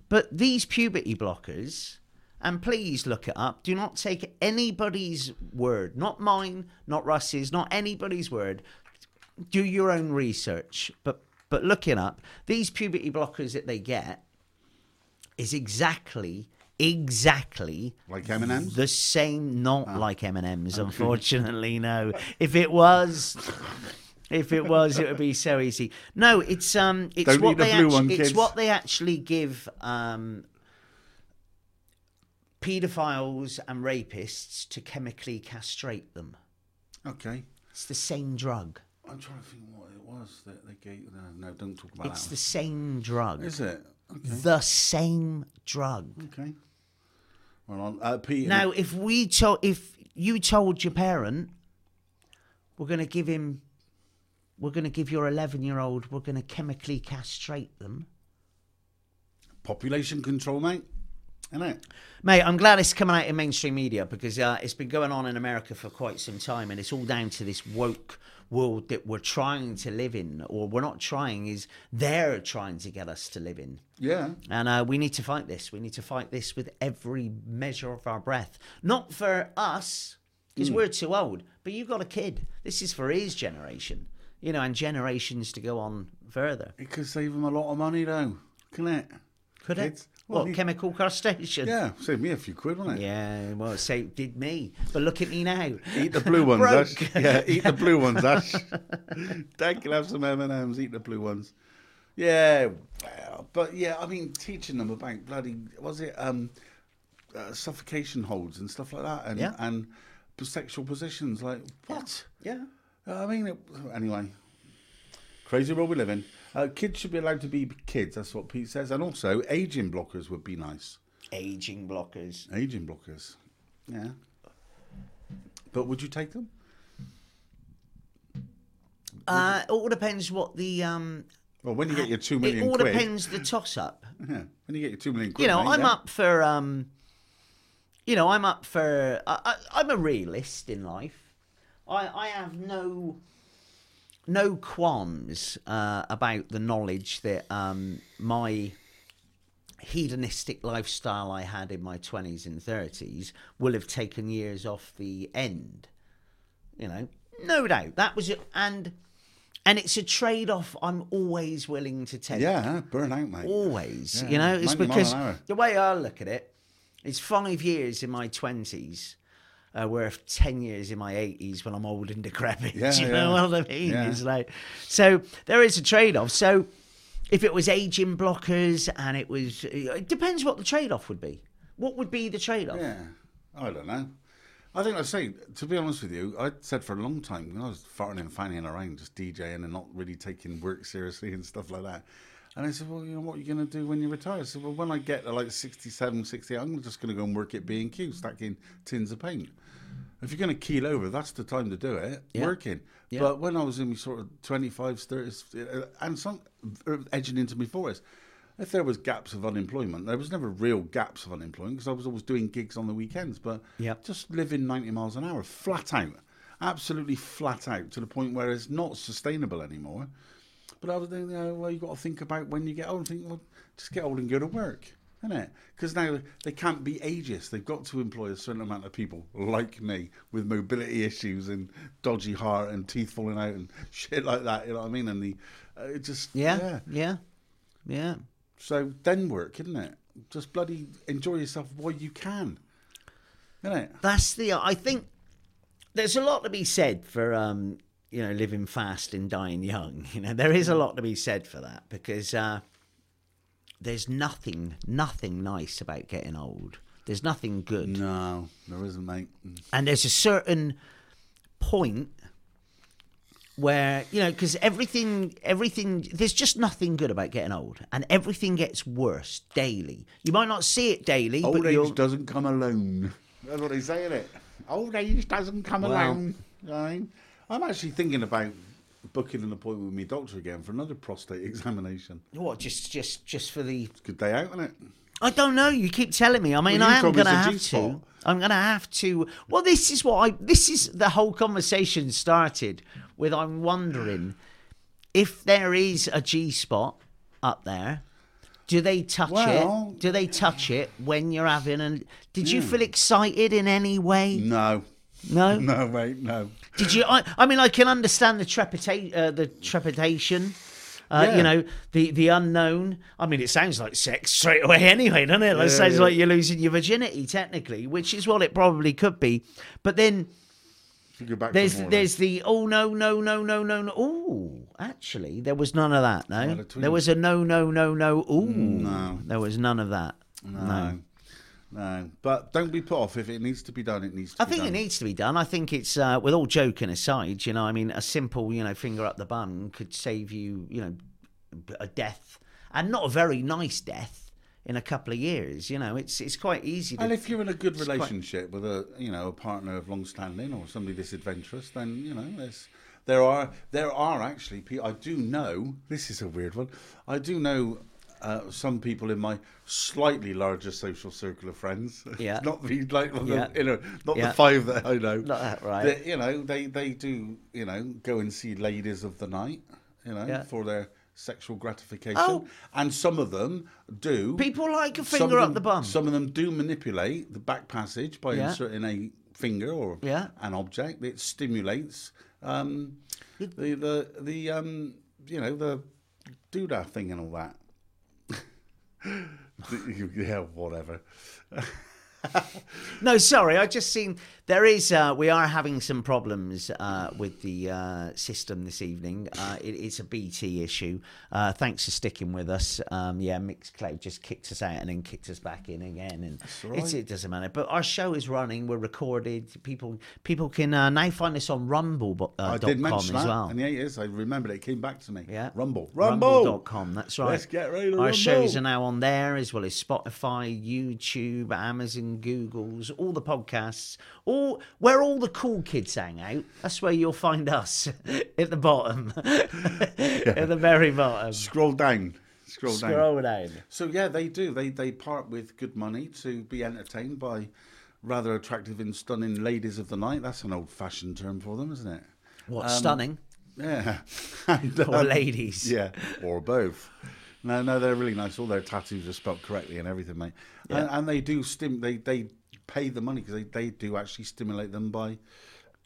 B: But these puberty blockers, and please look it up, do not take anybody's word, not mine, not Russ's, not anybody's word. Do your own research, but but look it up. These puberty blockers that they get is exactly exactly
A: Like M&Ms?
B: the same not like m&ms unfortunately no if it was if it was, it would be so easy. No, it's um, it's
A: Don't
B: what
A: eat the
B: they
A: blue
B: actu-
A: one,
B: it's
A: kids.
B: what they actually give um, paedophiles and rapists to chemically castrate them.
A: Okay.
B: It's the same drug.
A: I'm trying to think what it was that they gave. No, no don't talk about
B: it's the
A: that.
B: same drug.
A: one. Is it? Okay.
B: The same drug.
A: okay. Well, on uh, Pete. and-
B: Now, if we told, if you told your parent, we're going to give him, we're going to give your eleven-year-old, we're going to chemically castrate them.
A: population control, mate. Isn't it?
B: Mate, I'm glad it's coming out in mainstream media because uh, it's been going on in America for quite some time, and it's all down to this woke world that we're trying to live in, or we're not trying, is they're trying to get us to live in.
A: Yeah.
B: And uh, we need to fight this. We need to fight this with every measure of our breath. Not for us,
A: Hmm.
B: because we're too old, but you've got a kid. This is for his generation, you know, and generations to go on further.
A: It could save them a lot of money, though. Can it?
B: Could
A: Kids?
B: it? What,
A: Well,
B: chemical castration?
A: Yeah, save me a few quid, wouldn't it?
B: Yeah, well, say did me, but look at me now.
A: Eat the blue ones,
B: Broke.
A: Ash. Yeah, eat the blue ones, Ash. Dad can have some M and M's. Eat the blue ones. Yeah, well, but yeah, I mean, teaching them about bloody was it um, uh, suffocation holds and stuff like that, and
B: Yeah.
A: and sexual positions like what?
B: Yeah,
A: I mean, it, anyway, crazy world we live in. Uh, kids should be allowed to be kids. That's what Pete says, and also aging blockers would be nice.
B: aging blockers.
A: Aging blockers, yeah. But would you take them?
B: Uh, it all depends what the um.
A: Well, when you get your two
B: It
A: million
B: all
A: quid,
B: depends the toss up.
A: yeah, when you get your two million quid,
B: You know,
A: mate,
B: I'm
A: yeah.
B: up for um. You know, I'm up for. I, I, I'm a realist in life. I I have no. No qualms uh, about the knowledge that um, my hedonistic lifestyle I had in my 20s and 30s will have taken years off the end. You know, no doubt. That was it. And And it's a trade off I'm always willing to take.
A: Yeah, burn out, mate.
B: Always.
A: Yeah,
B: you know, it's
A: 90 mile
B: because
A: an hour.
B: the way I look at it, it's five years in my 20s. Uh, worth 10 years in my 80s when I'm old and decrepit.
A: Yeah,
B: you know
A: yeah.
B: what I mean?
A: Yeah.
B: It's like, so there is a trade off. So if it was aging blockers and it was, it depends what the trade off would be. What would be the trade off?
A: Yeah, I don't know. I think I say to be honest with you, I said for a long time when I was farting and fanning around, just DJing and not really taking work seriously and stuff like that. And I said, well, you know, what are you going to do when you retire? I said, well, when I get to like 67, 68, I'm just going to go and work at B&Q, stacking tins of paint. If you're going to keel over, that's the time to do it,
B: Yeah.
A: working.
B: Yeah.
A: But when I was in my sort of 25s, 30s, uh, and some uh, edging into my 40s, if there was gaps of unemployment, there was never real gaps of unemployment because I was always doing gigs on the weekends, but
B: Yeah.
A: just living 90 miles an hour, flat out, absolutely flat out to the point where it's not sustainable anymore. But I was thinking, you know, well, you've got to think about when you get old. Think, well, just get old and go to work, isn't it? Because now they can't be ageist. They've got to employ a certain amount of people like me with mobility issues and dodgy heart and teeth falling out and shit like that. You know what I mean? And the uh, it just
B: Yeah. Yeah. yeah.
A: So then work, isn't it? Just bloody enjoy yourself while you can, isn't it?
B: That's the. I think there's a lot to be said for um, you know living fast and dying young. You know there is a lot to be said for that because uh, there's nothing nothing nice about getting old. There's nothing good,
A: No, there isn't, mate.
B: and there's a certain point where you know because everything everything there's just nothing good about getting old and everything gets worse daily you might not see it daily
A: Old
B: but
A: age
B: you'll,
A: doesn't come alone. That's what they say, is it? Old age doesn't come
B: Well-
A: alone. Right? I'm actually thinking about booking an appointment with my doctor again for another prostate examination.
B: what just just just for the
A: It's a good day out, isn't it?
B: I don't know. You keep telling me. I mean,
A: Well, you
B: I am
A: told me
B: going to
A: it's a
B: have
A: G-spot.
B: to. I'm going to have to. Well, this is what I. This is the whole conversation started with. I'm wondering if there is a G spot up there. Do they touch
A: Well- hmm.
B: it? Do they touch it when you're having? And did you feel excited in any way?
A: No.
B: No.
A: No, mate, no.
B: Did you? I, I mean, I can understand the trepidation. Uh, the trepidation. Uh,
A: Yeah.
B: You know the the unknown. I mean, it sounds like sex straight away, anyway, doesn't it? It sounds
A: yeah.
B: like you're losing your virginity, technically, which is what it probably could be. But then
A: Should go back
B: there's
A: for more,
B: there's the oh no no no no no no. Ooh, actually, there was none of that.
A: Not
B: No,
A: at all. Mm,
B: there was a no no no no. Ooh,
A: No.
B: there was none of that.
A: then. No. No. But don't be put off. If it needs to be done, it needs to
B: I
A: be
B: think
A: done.
B: it needs to be done. I think it's, uh, with all joking aside, you know, I mean, a simple, you know, finger up the bum could save you, you know, a death, and not a very nice death in a couple of years. You know, it's it's quite easy. To,
A: And if you're in a good relationship with a you know a partner of long standing or somebody this adventurous, then you know there's there are there are actually people I do know. This is a weird one. I do know. Uh, some people in my slightly larger social circle of friends,
B: Yeah.
A: not the like the,
B: Yeah.
A: you know, not
B: Yeah.
A: the five that I know,
B: Not that, right.
A: That, you know, they they do you know go and see ladies of the night, you know,
B: Yeah.
A: for their sexual gratification,
B: Oh.
A: and some of them do
B: People like a
A: some of
B: finger up
A: them-
B: the bum.
A: Some of them do manipulate the back passage by
B: Yeah.
A: inserting a finger or
B: Yeah.
A: an object. It stimulates um, the the the um, you know the doodah thing and all that. yeah, whatever.
B: No, sorry, I just seen there is. Uh, we are having some problems uh, with the uh, system this evening. Uh, it, it's a BT issue. Uh, thanks for sticking with us. Um, yeah, Mixcloud just kicked us out and then kicked us back in again, and
A: all
B: it's,
A: right.
B: it doesn't matter. But our show is running. We're recorded. People people can uh, now find us on Rumble. bo- Uh,
A: I
B: dot
A: did
B: com
A: mention
B: as
A: that,
B: well.
A: and yeah, it is. I remembered it. it came back to me.
B: Yeah.
A: Rumble, Rumble.
B: Rumble.com. That's right.
A: Let's get ready to
B: Our
A: rumble.
B: shows are now on there as well as Spotify, YouTube, Amazon, Google's, all the podcasts, all where all the cool kids hang out. That's where you'll find us at the bottom, at the very bottom.
A: Scroll down. Scroll, down.
B: Scroll down.
A: So yeah, they do. They they part with good money to be entertained by rather attractive and stunning ladies of the night. That's an old-fashioned term for them, isn't it?
B: What stunning
A: Yeah. And,
B: for
A: um,
B: ladies.
A: Yeah, or both. No, no, they're really nice. All their tattoos are spelt correctly and everything, mate. And, and they do stim. They they pay the money because they, they do actually stimulate them by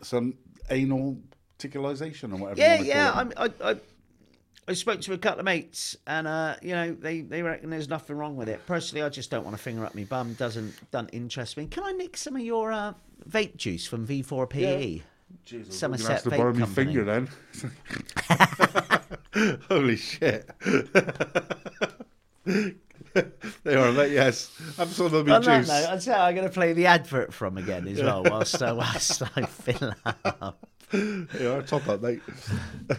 A: some anal particularization or whatever. you
B: Yeah,
A: wanna call
B: yeah.
A: it.
B: I'm, I, I, I spoke to a couple of mates, and uh, you know they, they reckon there's nothing wrong with it. Personally, I just don't want a finger up my bum. Doesn't doesn't interest me. Can I nick some of your uh, vape juice from V4PE?
A: Jesus, I'm
C: You're
B: Somerset
C: gonna have to
B: Vape
C: borrow me
B: Company.
C: finger then.
A: Holy shit. they are, mate, yes. Have some of the
B: On that
A: juice.
B: note, I'd say I'm going to play the advert from again as well, whilst, uh, whilst I fill up.
A: They are top up, mate.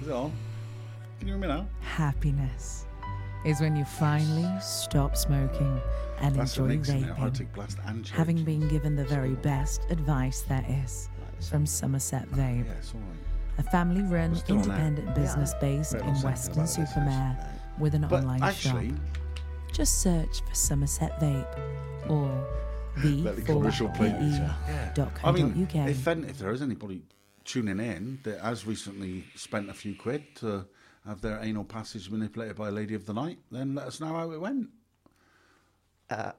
A: Is it on? Can you hear me now?
D: Happiness is when you finally stop smoking and
A: That's what
D: enjoy
A: makes it now.
D: vaping.
A: Arctic Blast and Cherry
D: having
A: Juice.
D: been given the very best advice there is from Somerset Vape,
A: Oh, Yeah, it's all right.
D: a family run,
A: still on that.
D: independent business based
A: Better
D: in
A: not say
D: Weston
A: anything about this,
D: Supermare with an
A: But
D: online
A: actually,
D: shop. Just search for Somerset Vape or the
A: Let the commercial play.
D: E
A: I mean, if, any- if there is anybody tuning in that has recently spent a few quid to have their anal passage manipulated by a lady of the night, then let us know how it went.
B: That's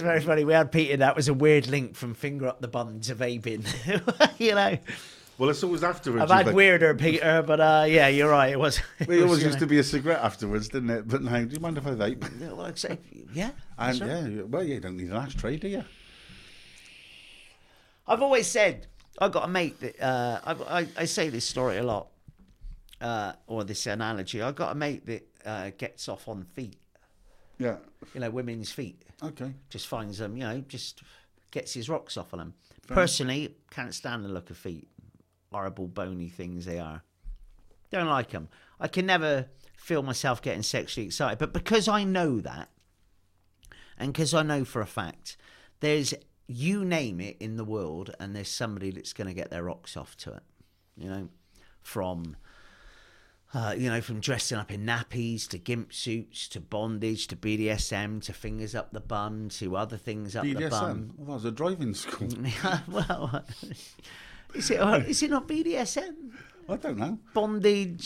B: very funny. We had Peter. That was a weird link from finger up the bum to vaping. you know,
A: Well, it's always afterwards.
B: I've
A: you
B: had
A: think-
B: weirder Peter, but uh, yeah, you're right. It was. it
A: Well, It
B: was,
A: always
B: you
A: used
B: know.
A: to be a cigarette afterwards, didn't it? But now, do you mind if I vape?
B: Yeah, well, I'd say, yeah.
A: And
B: sure.
A: yeah, you- well, yeah, you don't need an ashtray, do you?
B: I've always said I've got a mate that uh, I, I I say this story a lot, uh, or this analogy. I've got a mate that uh, gets off on feet.
C: Yeah.
B: You know, women's feet.
A: Okay.
B: Just finds them. You know, just gets his rocks off on them. Personally, can't stand the look of feet. Horrible bony things they are. Don't like them. I can never feel myself getting sexually excited, but because I know that, and because I know for a fact, there's you name it in the world, and there's somebody that's going to get their rocks off to it. You know, from uh, you know, from dressing up in nappies to gimp suits to bondage to BDSM to fingers up the bum to other things up the bum. Mm.
A: BDSM. um, Well, that was a driving school.
B: Yeah, well, is it or is it not BDSM?
A: I don't know.
B: Bondage,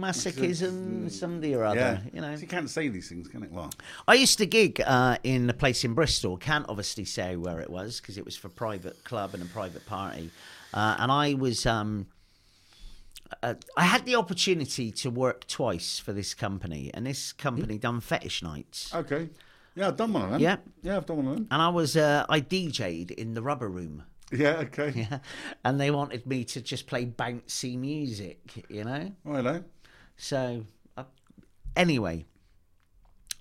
B: sadomasochism, somebody or other.
A: Yeah.
B: You know,
A: So you can't say these things, can it? Well,
B: I used to gig uh, in a place in Bristol. Can't obviously say where it was because it was for a private club and a private party. Uh, and I was, um, uh, I had the opportunity to work twice for this company, and this company done fetish nights.
A: okay. Yeah, I've done one of them.
B: Yeah.
A: Yeah, I've done one of them.
B: And I was, uh, I DJ'd in the rubber room.
A: Yeah, okay. Yeah.
B: and they wanted me to just play bouncy music, you know?
A: Righto.
B: So, I, anyway,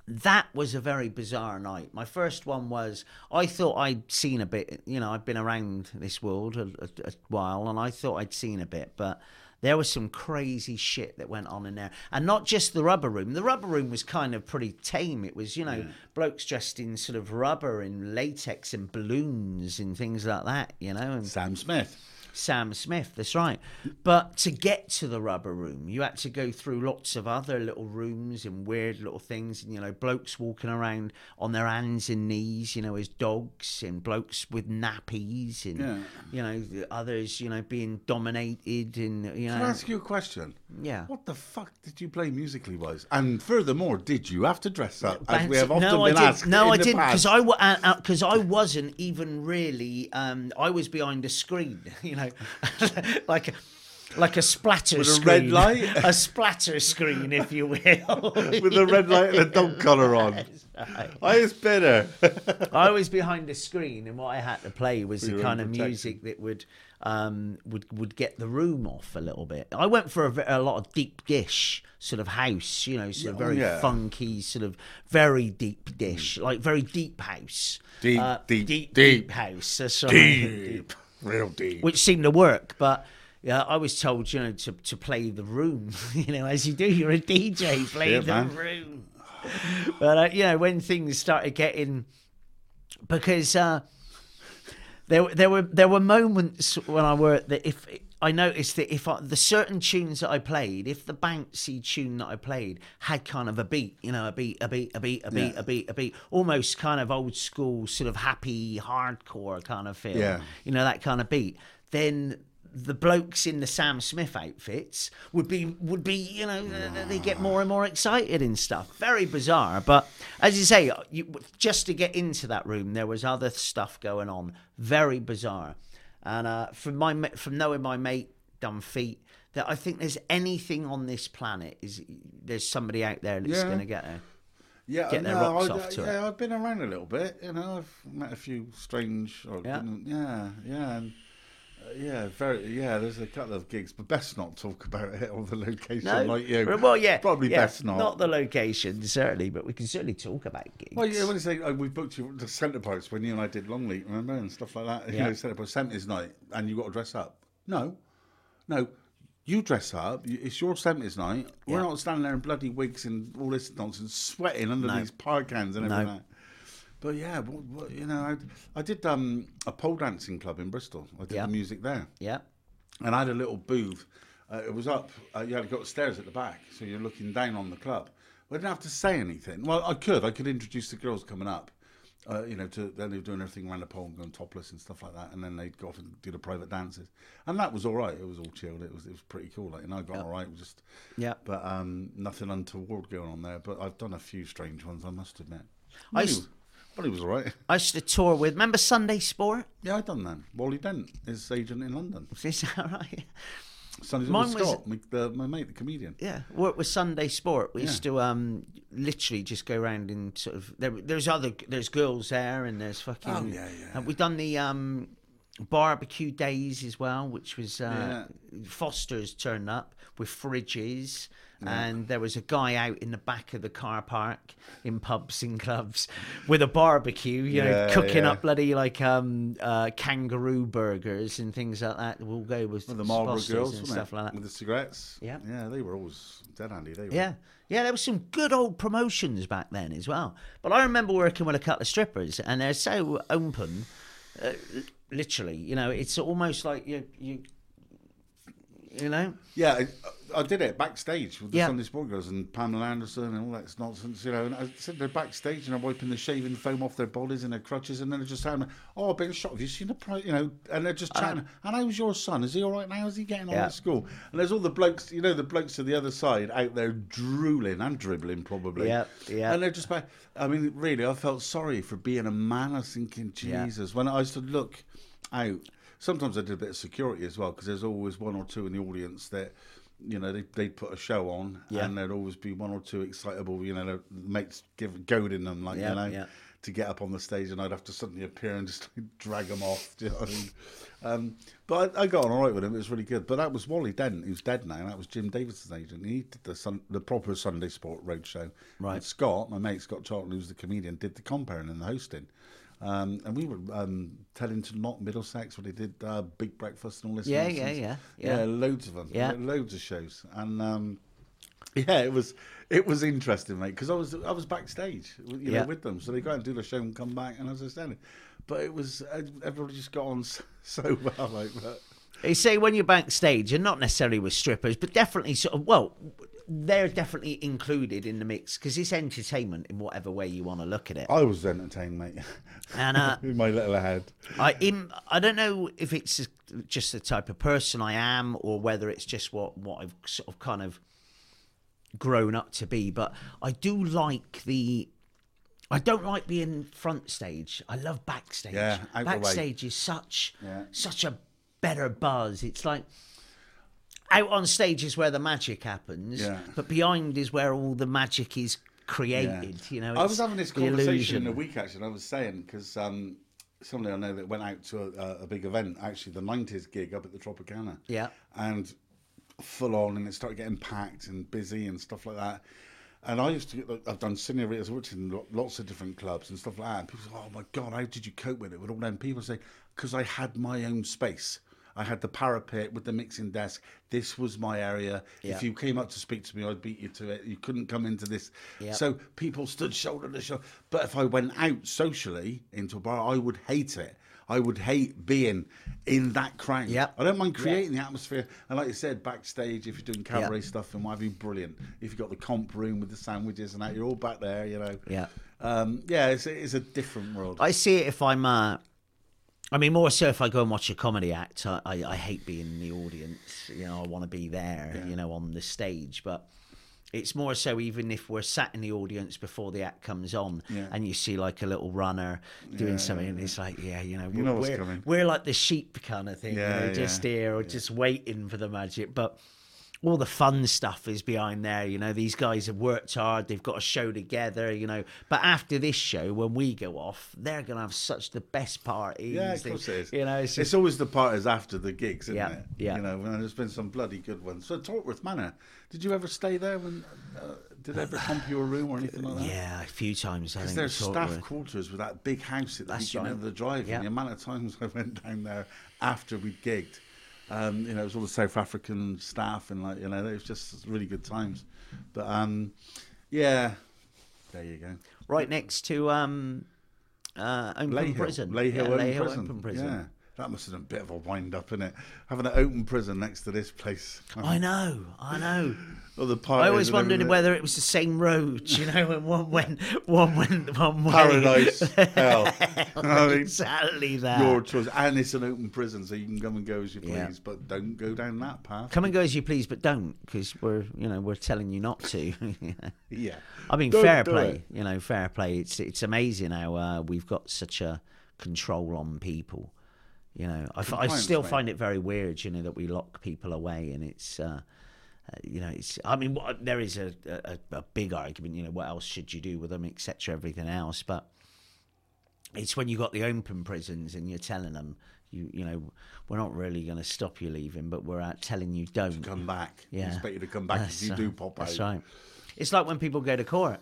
B: that was a very bizarre night. My first one was I thought I'd seen a bit, you know, I've been around this world a, a, a while and I thought I'd seen a bit, but there was some crazy shit that went on in there. And not just the rubber room. The rubber room was kind of pretty tame. It was, you know, blokes dressed in sort of rubber and latex and balloons and things like that, you know, and
A: Sam Smith.
B: Sam Smith. That's right. But to get to the rubber room, you had to go through lots of other little rooms and weird little things, and you know, blokes walking around on their hands and knees, you know, as dogs, and blokes with nappies, and
A: Yeah.
B: you know, the others, you know, being dominated, and you
A: Can I
B: know,
A: ask you a question?
B: Yeah.
A: What the fuck did you play musically wise? And furthermore, did you have to dress up? as we
B: Bouncy-
A: have often
B: no,
A: been
B: I didn't.
A: asked.
B: No,
A: in
B: I
A: the
B: didn't because
A: past.
B: I because I wasn't even really. Um, I was behind a screen, you know, like. Like a splatter
A: With a
B: screen,
A: red light?
B: a splatter screen, if you will.
A: With a red light and a dog collar on. I is better.
B: I was behind a screen, and what I had to play was the
A: your
B: kind of
A: own protection.
B: music that would um, would would get the room off a little bit. I went for a, ve- a lot of deep dish sort of house, you know, sort of
A: Yeah, oh,
B: very
A: yeah. Mm.
B: funky, sort of very deep dish, like very deep house, Uh,
A: Deep, deep,
B: deep,
A: deep.
B: house, uh, that's right.
A: deep. Real deep.
B: which seemed to work, but. Yeah, I was told, you know, to, to play the room, you know, as you do. You're a DJ, play
A: Yeah,
B: the
A: man.
B: room. But uh, you know, when things started getting because uh, there there were there were moments when I were that if I noticed that if I, the certain tunes that I played, if the bouncy tune that I played had kind of a beat, you know, a beat, a beat, a beat, a beat, a beat, a beat, almost kind of old school, sort of happy hardcore kind of feel,
A: Yeah.
B: you know, that kind of beat, then the blokes in the Sam Smith outfits would be would be you know th- they get more and more excited and stuff. Very bizarre, but as you say, you, just to get into that room, there was other stuff going on. Very bizarre, and uh, from my ma- from knowing my mate done feet. That I think there's anything on this planet is there's somebody out there that's
A: Yeah.
B: going to get there.
A: Yeah,
B: Get their
A: no,
B: rocks
A: I,
B: off to it.
A: yeah, I've been around a little bit. You know, I've met a few strange. Or
B: Yeah.
A: didn't- yeah, yeah, and, uh, yeah. Very, yeah. There's a couple of gigs, but best not talk about it or the location, like you.
B: Well, yeah,
A: probably
B: yeah,
A: best not.
B: Not the location, certainly, but we can certainly talk about gigs.
A: Well, yeah, when you say uh, we booked you to centre post when you and I did Longleat, remember, and stuff like that. You
B: Yeah.
A: know, centre post, seventies night, and you got to dress up. No, no, you dress up. y- It's your seventies night. We're
B: Yeah.
A: not standing there in bloody wigs and all this nonsense, sweating under
B: No.
A: these pie cans and
B: No.
A: everything. Like. But yeah, what, what, you know, I, I did um, a pole dancing club in Bristol. I did
B: Yeah.
A: the music there
B: yeah,
A: and I had a little booth. Uh, it was up. Uh, you had to go upstairs at the back, so you're looking down on the club. Well, I didn't have to say anything. Well, I could. I could introduce the girls coming up. Uh, you know, to then they were doing everything around the pole and going topless and stuff like that, and then they'd go off and do the private dances, and that was all right. It was all chilled. It was it was pretty cool. Like, and I got all right. It was just
B: yeah.
A: but um, nothing untoward going on there. But I've done a few strange ones. I must admit.
B: I
A: Well, he
B: s-
A: was, well, he was all right.
B: I used to tour with. Remember Sunday Sport?
A: Yeah, I done that. Wally Dent, his agent in London.
B: Is that right?
A: Sonny's
B: Mine
A: with
B: was-
A: Scott, my, the, my mate, the comedian.
B: Yeah, work with Sunday Sport. We used to um, literally just go around and sort of there, there's other there's girls there and there's fucking
A: Oh, yeah, yeah.
B: And we've done the um, barbecue days as well, which was uh, Foster's turned up with fridges. And there was a guy out in the back of the car park in pubs and clubs with a barbecue, you know,
A: Yeah,
B: cooking
A: yeah.
B: up bloody like um, uh, kangaroo burgers and things like that. We'll go with
A: the Marlboro
B: Foster's
A: girls
B: and
A: wasn't
B: stuff
A: it?
B: like that.
A: with the cigarettes.
B: Yeah.
A: yeah, they were always dead handy. They were.
B: Yeah. Yeah, there was some good old promotions back then as well. But I remember working with a couple of strippers, and they're so open, uh, l- literally. You know, it's almost like you, you, you know.
A: yeah. I, I did it backstage with the
B: Yeah.
A: Sunday Sport Girls and Pamela Anderson and all that nonsense, you know. And I said they're backstage and I'm wiping the shaving foam off their bodies and their crutches, and then they're just saying, "Oh, I've been shot. Have you seen the price?" You know, and they're just chatting. and I was your son. Is he all right now? Is he getting on
B: Yeah.
A: at school? And there's all the blokes, you know, the blokes to the other side out there drooling and dribbling probably.
B: Yeah, yeah.
A: And they're just like, I mean, really, I felt sorry for being a man. I was thinking,
B: Yeah.
A: Jesus, when I used to look out, sometimes I did a bit of security as well because there's always one or two in the audience that, you know, they, they'd put a show on
B: Yeah.
A: and there'd always be one or two excitable, you know, their mates give, goading them, like,
B: Yeah,
A: you know,
B: yeah.
A: to get up on the stage and I'd have to suddenly appear and just drag them off. Do you know what I mean? Um, but I, I got on all right with him. It was really good. But that was Wally Dent, who's dead now. That was Jim Davidson's agent. He did the sun, the proper Sunday Sport Roadshow.
B: Right.
A: And Scott, my mate Scott Charlton, who's the comedian, did the comparing and the hosting. Um, and we were um, telling to not Middlesex when they did uh, Big Breakfast and all this.
B: Yeah,
A: nonsense.
B: yeah, yeah, yeah.
A: yeah, loads of them.
B: Yeah.
A: loads of shows. And um, yeah, it was it was interesting, mate, because I was I was backstage, you know,
B: Yeah.
A: with them. So they go out and do the show and come back, and I was just standing. But it was uh, everybody just got on so, so well, like. But,
B: They say when you're backstage, and not necessarily with strippers, but definitely sort of, well, they're definitely included in the mix because it's entertainment in whatever way you want to look at it.
A: I was entertained, mate,
B: And uh,
A: with my little head.
B: I im I don't know if it's just the type of person I am, or whether it's just what what I've sort of kind of grown up to be. But I do like the. I don't like being front stage. I love backstage.
A: Yeah, out the way.
B: backstage is such
A: Yeah.
B: such a better buzz. It's like out on stage is where the magic happens,
A: Yeah.
B: but behind is where all the magic is created. You know,
A: I
B: it's
A: was having this
B: the
A: conversation
B: illusion.
A: in the week actually. And I was saying because um, somebody I know that went out to a, a big event, actually the '90s gig up at the Tropicana.
B: Yeah.
A: and full on, and it started getting packed and busy and stuff like that. And I used to, get- I've done senioritas, worked in lo- lots of different clubs and stuff like that. And people say, "Oh my god, how did you cope with it?" With all them people say, "Because I had my own space." I had the parapet with the mixing desk. This was my area.
B: Yeah.
A: If you came up to speak to me, I'd beat you to it. You couldn't come into this.
B: Yeah.
A: So people stood shoulder to shoulder. But if I went out socially into a bar, I would hate it. I would hate being in that crowd.
B: Yep.
A: I don't mind creating the atmosphere. And like you said, backstage, if you're doing cabaret
B: Yep.
A: stuff and what have you, brilliant. If you've got the comp room with the sandwiches and that, you're all back there, you know.
B: Yeah.
A: Um, yeah, it's, it's a different world.
B: I see it if I'm uh, I mean, more so if I go and watch a comedy act, I, I, I hate being in the audience. You know, I want to be there, you know, on the stage. But it's more so even if we're sat in the audience before the act comes on
A: Yeah.
B: and you see like a little runner doing
A: Yeah,
B: something, and it's like, yeah, you know,
A: know what's
B: we're,
A: coming.
B: we're like the sheep kind of thing, you
A: Yeah,
B: know,
A: yeah,
B: just here or just waiting for the magic. But all the fun stuff is behind there. You know, these guys have worked hard. They've got a show together. You know, but after this show, when we go off, they're gonna have such the best parties.
A: Yeah, of
B: They-
A: course it is.
B: You know, it's
A: it's,
B: just,
A: always the parties after the gigs, isn't
B: Yeah,
A: it?
B: yeah.
A: You know, and there's been some bloody good ones. So Tortworth Manor, did you ever stay there? When uh, did they ever come to your room or anything like that?
B: yeah, a few times. I
A: Because
B: think
A: their
B: it's all
A: staff
B: worth-
A: quarters with that big house at the
B: That's
A: beginning
B: right.
A: of the drive,
B: Yeah.
A: and the amount of times I went down there after we gigged, um, you know, it was all the South African staff, and like you know, it was just really good times. But um, yeah, there you go.
B: right next to um, uh, open
A: Lay Hill,
B: prison.
A: Lay Hill,
B: yeah,
A: open,
B: Lay Hill
A: prison.
B: Open Prison.
A: Yeah, that must have been a bit of a wind up, innit? Having an open prison next to this place.
B: I know, I know.
A: All the
B: I
A: parties
B: always
A: and
B: wondered
A: everything.
B: whether it was the same road, you know, and one went, one went, one way.
A: paradise hell. I mean,
B: exactly that.
A: your choice, and it's an open prison, so you can come and go as you please,
B: Yeah.
A: but don't go down that path.
B: Come and go as you please, but don't, because we're, you know, we're telling you not to.
A: Yeah.
B: I mean,
A: Don't
B: fair
A: do
B: play.
A: it.
B: You know, fair play. It's it's amazing how uh, we've got such a control on people. You know, I, f- I
A: Compliance,
B: still
A: mate.
B: find it very weird. You know that we lock people away, and it's. Uh, uh, you know, it's. I mean, what, there is a, a a big argument. You know, what else should you do with them, etc. Everything else, but it's when you got the open prisons and you're telling them, you you know, we're not really going to stop you leaving, but we're out telling you don't
A: Come back. We
B: Yeah.
A: expect you to come back if you
B: right.
A: do pop
B: That's
A: out.
B: right. It's like when people go to court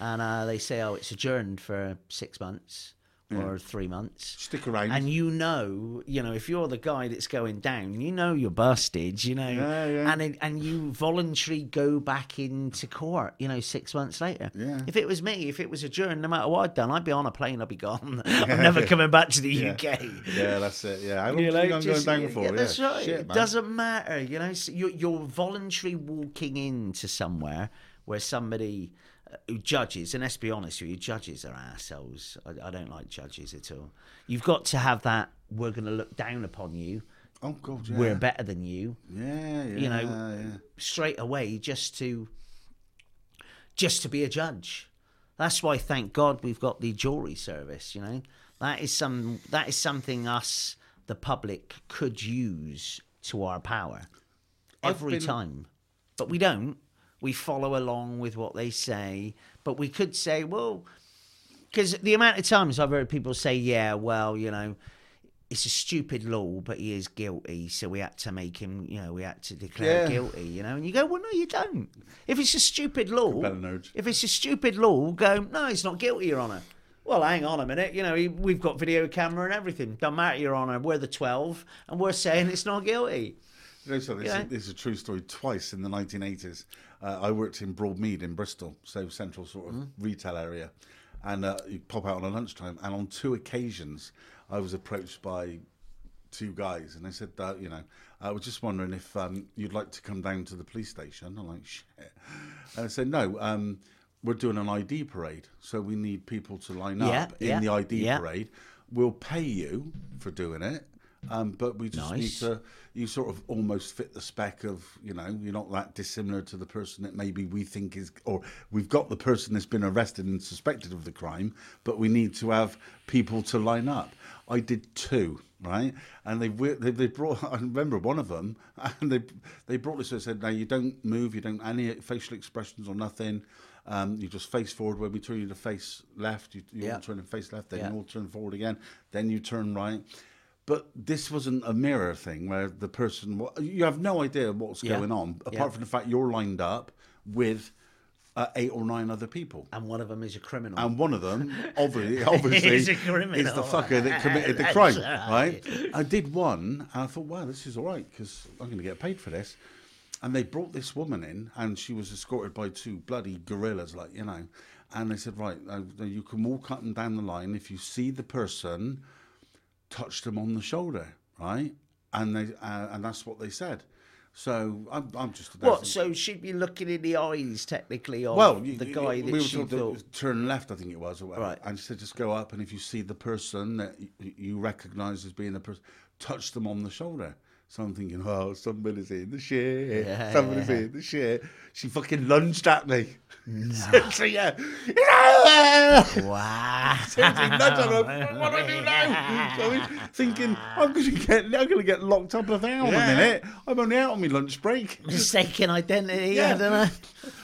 B: and uh, they say, "Oh, it's adjourned for six months or three months."
A: Stick around.
B: And you know, you know, if you're the guy that's going down, you know you're busted, you know,
A: Yeah, yeah.
B: and it, and you voluntarily go back into court, you know, six months later.
A: Yeah.
B: If it was me, if it was adjourned, no matter what I'd done, I'd be on a plane, I'd be gone. I'm never coming back to the UK.
A: yeah, that's it. Yeah, I don't
B: You know,
A: think I'm
B: just-
A: going
B: yeah,
A: down for.
B: yeah,
A: Yeah,
B: That's right.
A: Shit,
B: it
A: man.
B: doesn't matter. You know, So you're, you're voluntary walking into somewhere where somebody uh, who judges, and let's be honest with you, judges are assholes. I, I don't like judges at all. You've got to have that, we're going to look down upon you,
A: Oh god, yeah.
B: we're better than you,
A: yeah, yeah,
B: you know,
A: yeah.
B: straight away just to just to be a judge. That's why, thank God, we've got the jury service. You know, that is some that is something us, the public, could use to our power
A: I've
B: every
A: been-
B: time, but we don't. We follow along with what they say, but we could say, well, because the amount of times I've heard people say, yeah, well, you know. It's a stupid law, but he is guilty, so we had to make him. You know, we had to declare
A: Yeah.
B: guilty. You know, and you go, well, no, you don't. If it's a stupid law,
A: Better nerds.
B: if it's a stupid law, go, no, he's not guilty, Your Honour. Well, hang on a minute. You know, he- we've got video camera and everything. Don't matter, Your Honour. We're the 12 and we're saying it's not guilty.
A: You know, so this,
B: Yeah.
A: is, this is a true story. Twice in the 1980s, uh, I worked in Broadmead in Bristol, so central sort
B: Hmm.
A: of retail area, and uh, you pop out on a lunchtime. And on two occasions, I was approached by two guys, and they said, uh, you know, I was just wondering if um, you'd like to come down to the police station. I'm like, shit. And I said, no, um, we're doing an ID parade, so we need people to line
B: Yeah,
A: up
B: yeah,
A: in the ID
B: yeah.
A: parade. We'll pay you for doing it, um, but we just need
B: Nice.
A: to you sort of almost fit the spec of you know you're not that dissimilar to the person that maybe we think is or we've got the person that's been arrested and suspected of the crime but we need to have people to line up i did two right and they wi- they, they brought i remember one of them and they they brought this and said now you don't move you don't any facial expressions or nothing um, you just face forward when we turn you to face left you, you
B: Yeah.
A: all turn and face left then
B: Yeah.
A: you all turn forward again then you turn right but this wasn't a mirror thing where the person, wa- you have no idea what's
B: Yeah.
A: going on, apart
B: Yeah.
A: from the fact you're lined up with uh, eight or nine other people.
B: And one of them is a criminal.
A: And one of them, obviously, obviously is
B: He's a criminal.
A: the fucker that committed the
B: That's
A: crime,
B: right.
A: right. I did one, and I thought, wow, this is all right because I'm going to get paid for this. And they brought this woman in, and she was escorted by two bloody gorillas, like you know. And they said, right, uh, you can walk up and down the line if you see the person, touch them on the shoulder, right? And they uh, and that's what they said. So I'm, I'm just.
B: What? So she'd be looking in the eyes, technically, of
A: well, you-
B: the
A: you-
B: guy
A: we
B: that
A: were
B: she
A: told to
B: thought.
A: turn left, I think it was, or whatever.
B: Right.
A: And she said, just go up, and if you see the person that y- you recognise as being the person, touch them on the shoulder. So I'm thinking, oh, somebody's in the shit.
B: Yeah,
A: somebody's
B: yeah.
A: in the shit. She fucking lunged at me. Seriously, yeah. No!
B: Wow.
A: Seriously, nudge at her. What do I do now? So I'm thinking, I'm gonna get, I'm gonna get locked up. I think, hang on
B: Yeah.
A: a minute, I'm only out on my lunch break.
B: Mistaken identity. I
A: Yeah.
B: don't know.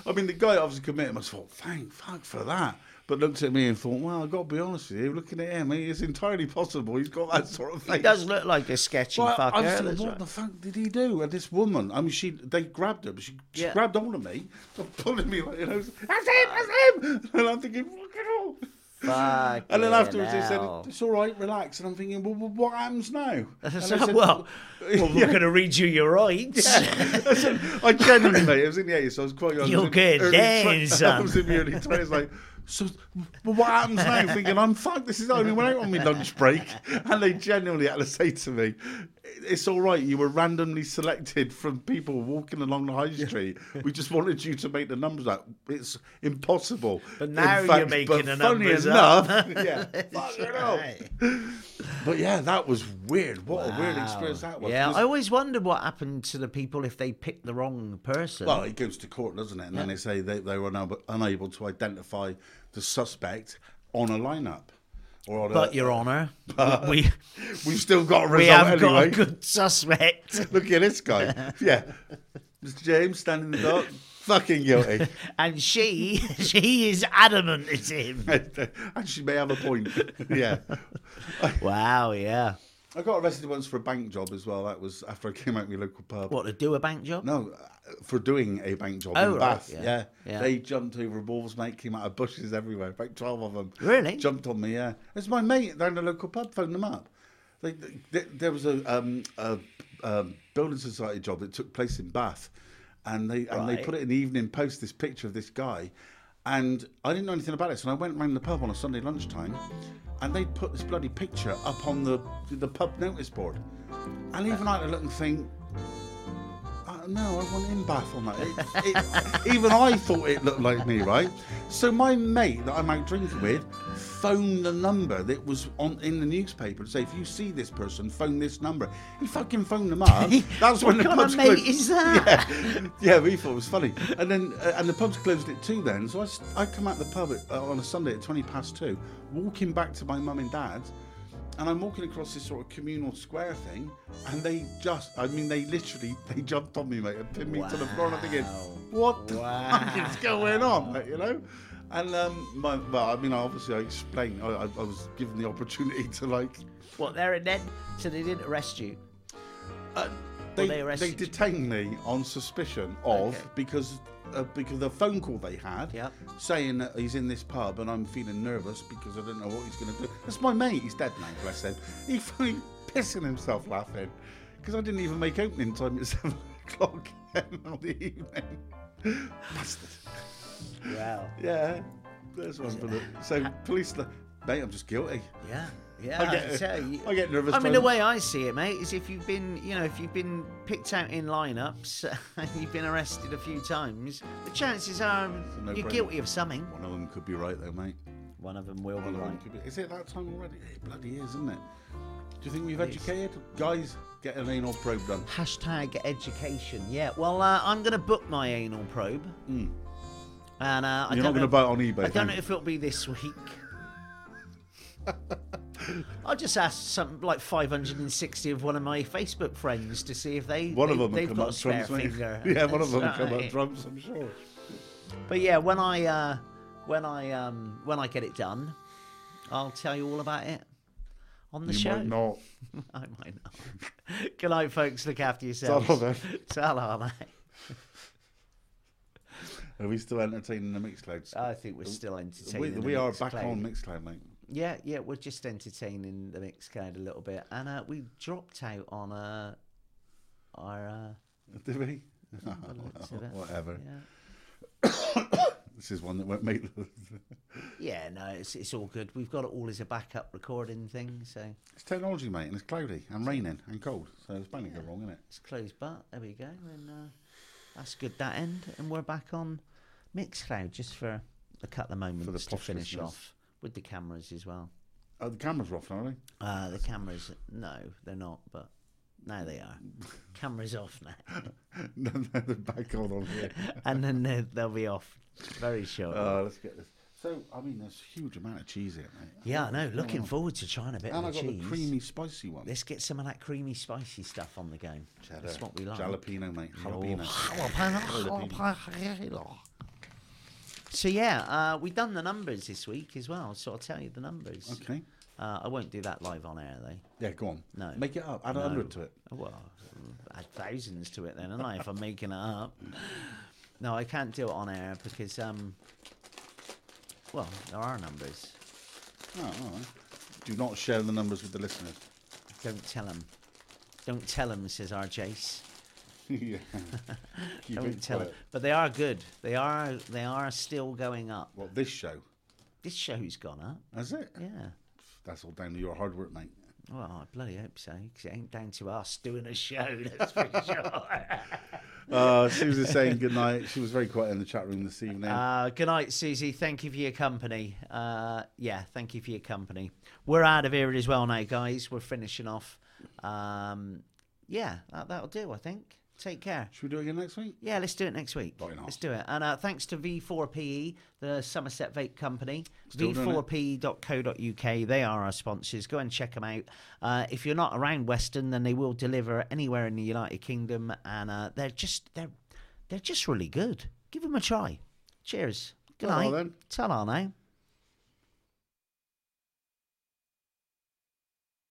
A: I mean, the guy obviously committed. I thought, thank fuck for that. But looked at me and thought, well, I've got to be honest with you. Looking at him, it's entirely possible he's got that sort of face.
B: He does look like a sketchy
A: Well, I
B: fucker.
A: was
B: that's
A: thinking, what
B: right.
A: the fuck did he do? And this woman, I mean, she they grabbed her, but she, she
B: Yeah.
A: grabbed hold of me, pulling me like, you know, that's him, that's him. And I'm thinking, fucking hell. And then
B: Fucking
A: afterwards they said,
B: hell.
A: it's all right, relax. And I'm thinking, well, well what happens now? And I
B: So,
A: said,
B: well, well, we're going to read you your rights.
A: I said- I genuinely, mate, it was in the 80s, so I was quite young. I was
B: You're
A: in
B: good um,
A: early
B: then,
A: twen- I
B: son.
A: was in the early 20s, like, so well, what happens now? Thinking, I'm fucked, this is I only went out on my lunch break. And they genuinely had to say to me, it's all right, you were randomly selected from people walking along the high street. We just wanted you to make the numbers up. It's impossible.
B: But
A: In
B: now you're making
A: but
B: the
A: funny
B: numbers
A: enough,
B: up.
A: yeah, fuck it up. But yeah, that was weird. What a weird
B: Wow.
A: experience that was.
B: Yeah,
A: 'Cause-
B: I always wondered what happened to the people if they picked the wrong person.
A: Well, it goes to court, doesn't it? And then they say they, they were unable, unable to identify the suspect on a lineup. Or on
B: but,
A: a,
B: Your Honour, we
A: we've still got a
B: we, we
A: result
B: have got a
A: uh, anyway.
B: good suspect,
A: Look at this guy. Yeah. Mr. James standing in the dark, fucking guilty.
B: and she she is adamant it's him.
A: and she may have a point. Yeah.
B: Wow, yeah.
A: I got arrested once for a bank job as well. That was after I came out of my local pub.
B: What to do a bank job?
A: No, uh, for doing a bank job
B: Oh,
A: in
B: right,
A: Bath.
B: yeah,
A: Yeah.
B: yeah.
A: They jumped over walls, mate, came out of bushes everywhere. About 12 of them.
B: Really?
A: Jumped on me, yeah. It's my mate down the local pub, phoned them up. They, they, there was a, um, a um, building society job that took place in Bath, and they, and they
B: Right.
A: put it in the Evening Post, this picture of this guy. And I didn't know anything about this, and I went round the pub on a Sunday lunchtime, and they put this bloody picture up on the the pub notice board. And even I had a look and think, uh, no, I want in bath on that. It, it, even I thought it looked like me, right? So my mate that I'm out drinking with phoned the number that was on in the newspaper to say, if you see this person, phone this number. He fucking phoned them up. That's when
B: What
A: the
B: kind of
A: pub's
B: mate
A: closed.
B: is that?
A: Yeah, yeah, we thought it was funny. And then uh, and the pub's closed at two then. So I, s- I come out the pub at, uh, on a Sunday at twenty past two, walking back to my mum and dad's. And I'm walking across this sort of communal square thing, and they just—I mean, they literally—they jumped on me, mate, and pinned me to the floor. And I'm thinking,
B: Wow.
A: what the
B: Wow.
A: fuck is going on, mate, you know? And um, my, well, I mean, obviously, I explained. I, I, I was given the opportunity to like.
B: What there and then? So they didn't arrest you.
A: Uh,
B: Well,
A: they,
B: they
A: they,
B: arrested you.
A: detained me on suspicion of
B: Okay.
A: because uh, because of the phone call they had
B: Yep.
A: saying that he's in this pub and I'm feeling nervous because I don't know what he's going to do. That's my mate. He's dead now, bless him. He fucking pissing himself laughing because I didn't even make opening time at seven o'clock on the evening. Bastard.
B: Wow.
A: Yeah, that's one for the so police. li- Mate, I'm just guilty.
B: Yeah. Yeah,
A: I
B: I,
A: get-
B: tell you.
A: I get nervous
B: I mean, the
A: when-
B: way I see it, mate, is if you've been, you know, if you've been picked out in lineups and you've been arrested a few times, the chances are
A: no
B: you're
A: brainer.
B: guilty of something.
A: One of them could be right though, mate.
B: One of them will be
A: Well, I
B: right.
A: think it- Is it that time already? It bloody is, isn't it? Do you think we've educated? Guys, get an anal probe done.
B: Hashtag education. Yeah. Well, uh, I'm going to book my anal probe. And uh, I
A: Hmm. You're
B: don't
A: not going to
B: know-
A: buy it on eBay.
B: I don't know
A: thank
B: if it'll be this week. I'll just ask some like 560 of one of my Facebook friends to see if they
A: you. One
B: they,
A: of them will
B: they've
A: come
B: got
A: up
B: a spare
A: drums, mate.
B: finger.
A: Yeah, one of them will
B: That's
A: come up
B: right.
A: drums, I'm sure.
B: But yeah, when I uh, when I um, when I get it done, I'll tell you all about it on the
C: You
B: show.
C: might not.
B: I might not. Good night, folks. Look after yourselves.
C: Salam,
B: Salam, mate.
A: Are we still entertaining the Mixcloud?
B: I think we're still entertaining.
A: we
B: the
A: we are
B: mixed
A: back
B: cloud.
A: on Mixcloud, mate.
B: Yeah, yeah, we're just entertaining the mixed cloud a little bit, and uh, we dropped out on uh, our. Uh,
A: Did we?
B: the looks of it.
A: Whatever.
B: yeah.
A: This is one that won't make.
B: Yeah, no, it's, it's all good. We've got it all as a backup recording thing, so
A: it's technology, mate, and it's cloudy and raining and cold, so it's bound to go wrong, isn't it?
B: it's closed butt. There we go. And uh, that's good, that end. And we're back on Mixcloud just for a couple of moments to
A: posh
B: finish
A: listeners.
B: off with the cameras as well.
A: Oh, the cameras are off now, are they?
B: Uh, the cameras, no, they're not, but now they are. cameras off now.
A: no, no, they're back on on here.
B: and then they- they'll be off very shortly.
A: Uh, let's get this. So, I mean, there's a huge amount of cheese here, mate.
B: yeah, I know. Looking forward to trying a bit
A: Oh. And I
B: of the
A: got
B: cheese.
A: the creamy, spicy one.
B: Let's get some of that creamy, spicy stuff on the go. That's
A: Cheddar.
B: what we like.
A: Jalapeno, mate. Jalapeno.
B: So yeah, uh, we've done the numbers this week as well. So I'll tell you the numbers.
A: Okay.
B: Uh, I won't do that live on air though.
A: Yeah, go on.
B: No.
A: Make it up. Add a
B: No.
A: hundred to it.
B: Well, add thousands to it then, and I if I'm making it up. No, I can't do it on air because um, well, there are numbers.
A: Oh, all right. Do not share the numbers with the listeners.
B: Don't tell them. Don't tell them, says our Jace.
A: yeah. Keep
B: Don't
A: it
B: tell them.
A: quiet.
B: But they are good. They are. They are still going up.
A: What, this show?
B: This show's gone up.
A: That's it?
B: Yeah.
A: That's all down to your hard work, mate.
B: Well, I bloody hope so, 'cause it ain't down to us doing a show, that's for sure.
A: Uh, Susan's saying good night. She was very quiet in the chat room this evening.
B: Uh, good night, Susie. Thank you for your company. Uh, yeah, thank you for your company. We're out of here as well now, guys. We're finishing off. Um, yeah, that, that'll do, I think. Take care.
A: Should we do it again next week?
B: Yeah, let's do it next week.
A: Right on.
B: Let's do it. And uh, thanks to V4PE, E, the Somerset Vape Company,
A: Still doing it.
B: E v4pe.co.uk. They are our sponsors. Go and check them out. Uh, if you're not around Western, then they will deliver anywhere in the United Kingdom, and uh, they're just they're they're just really good. Give them a try. Cheers. Good
A: Well
B: night.
A: then.
B: Ta-ra now.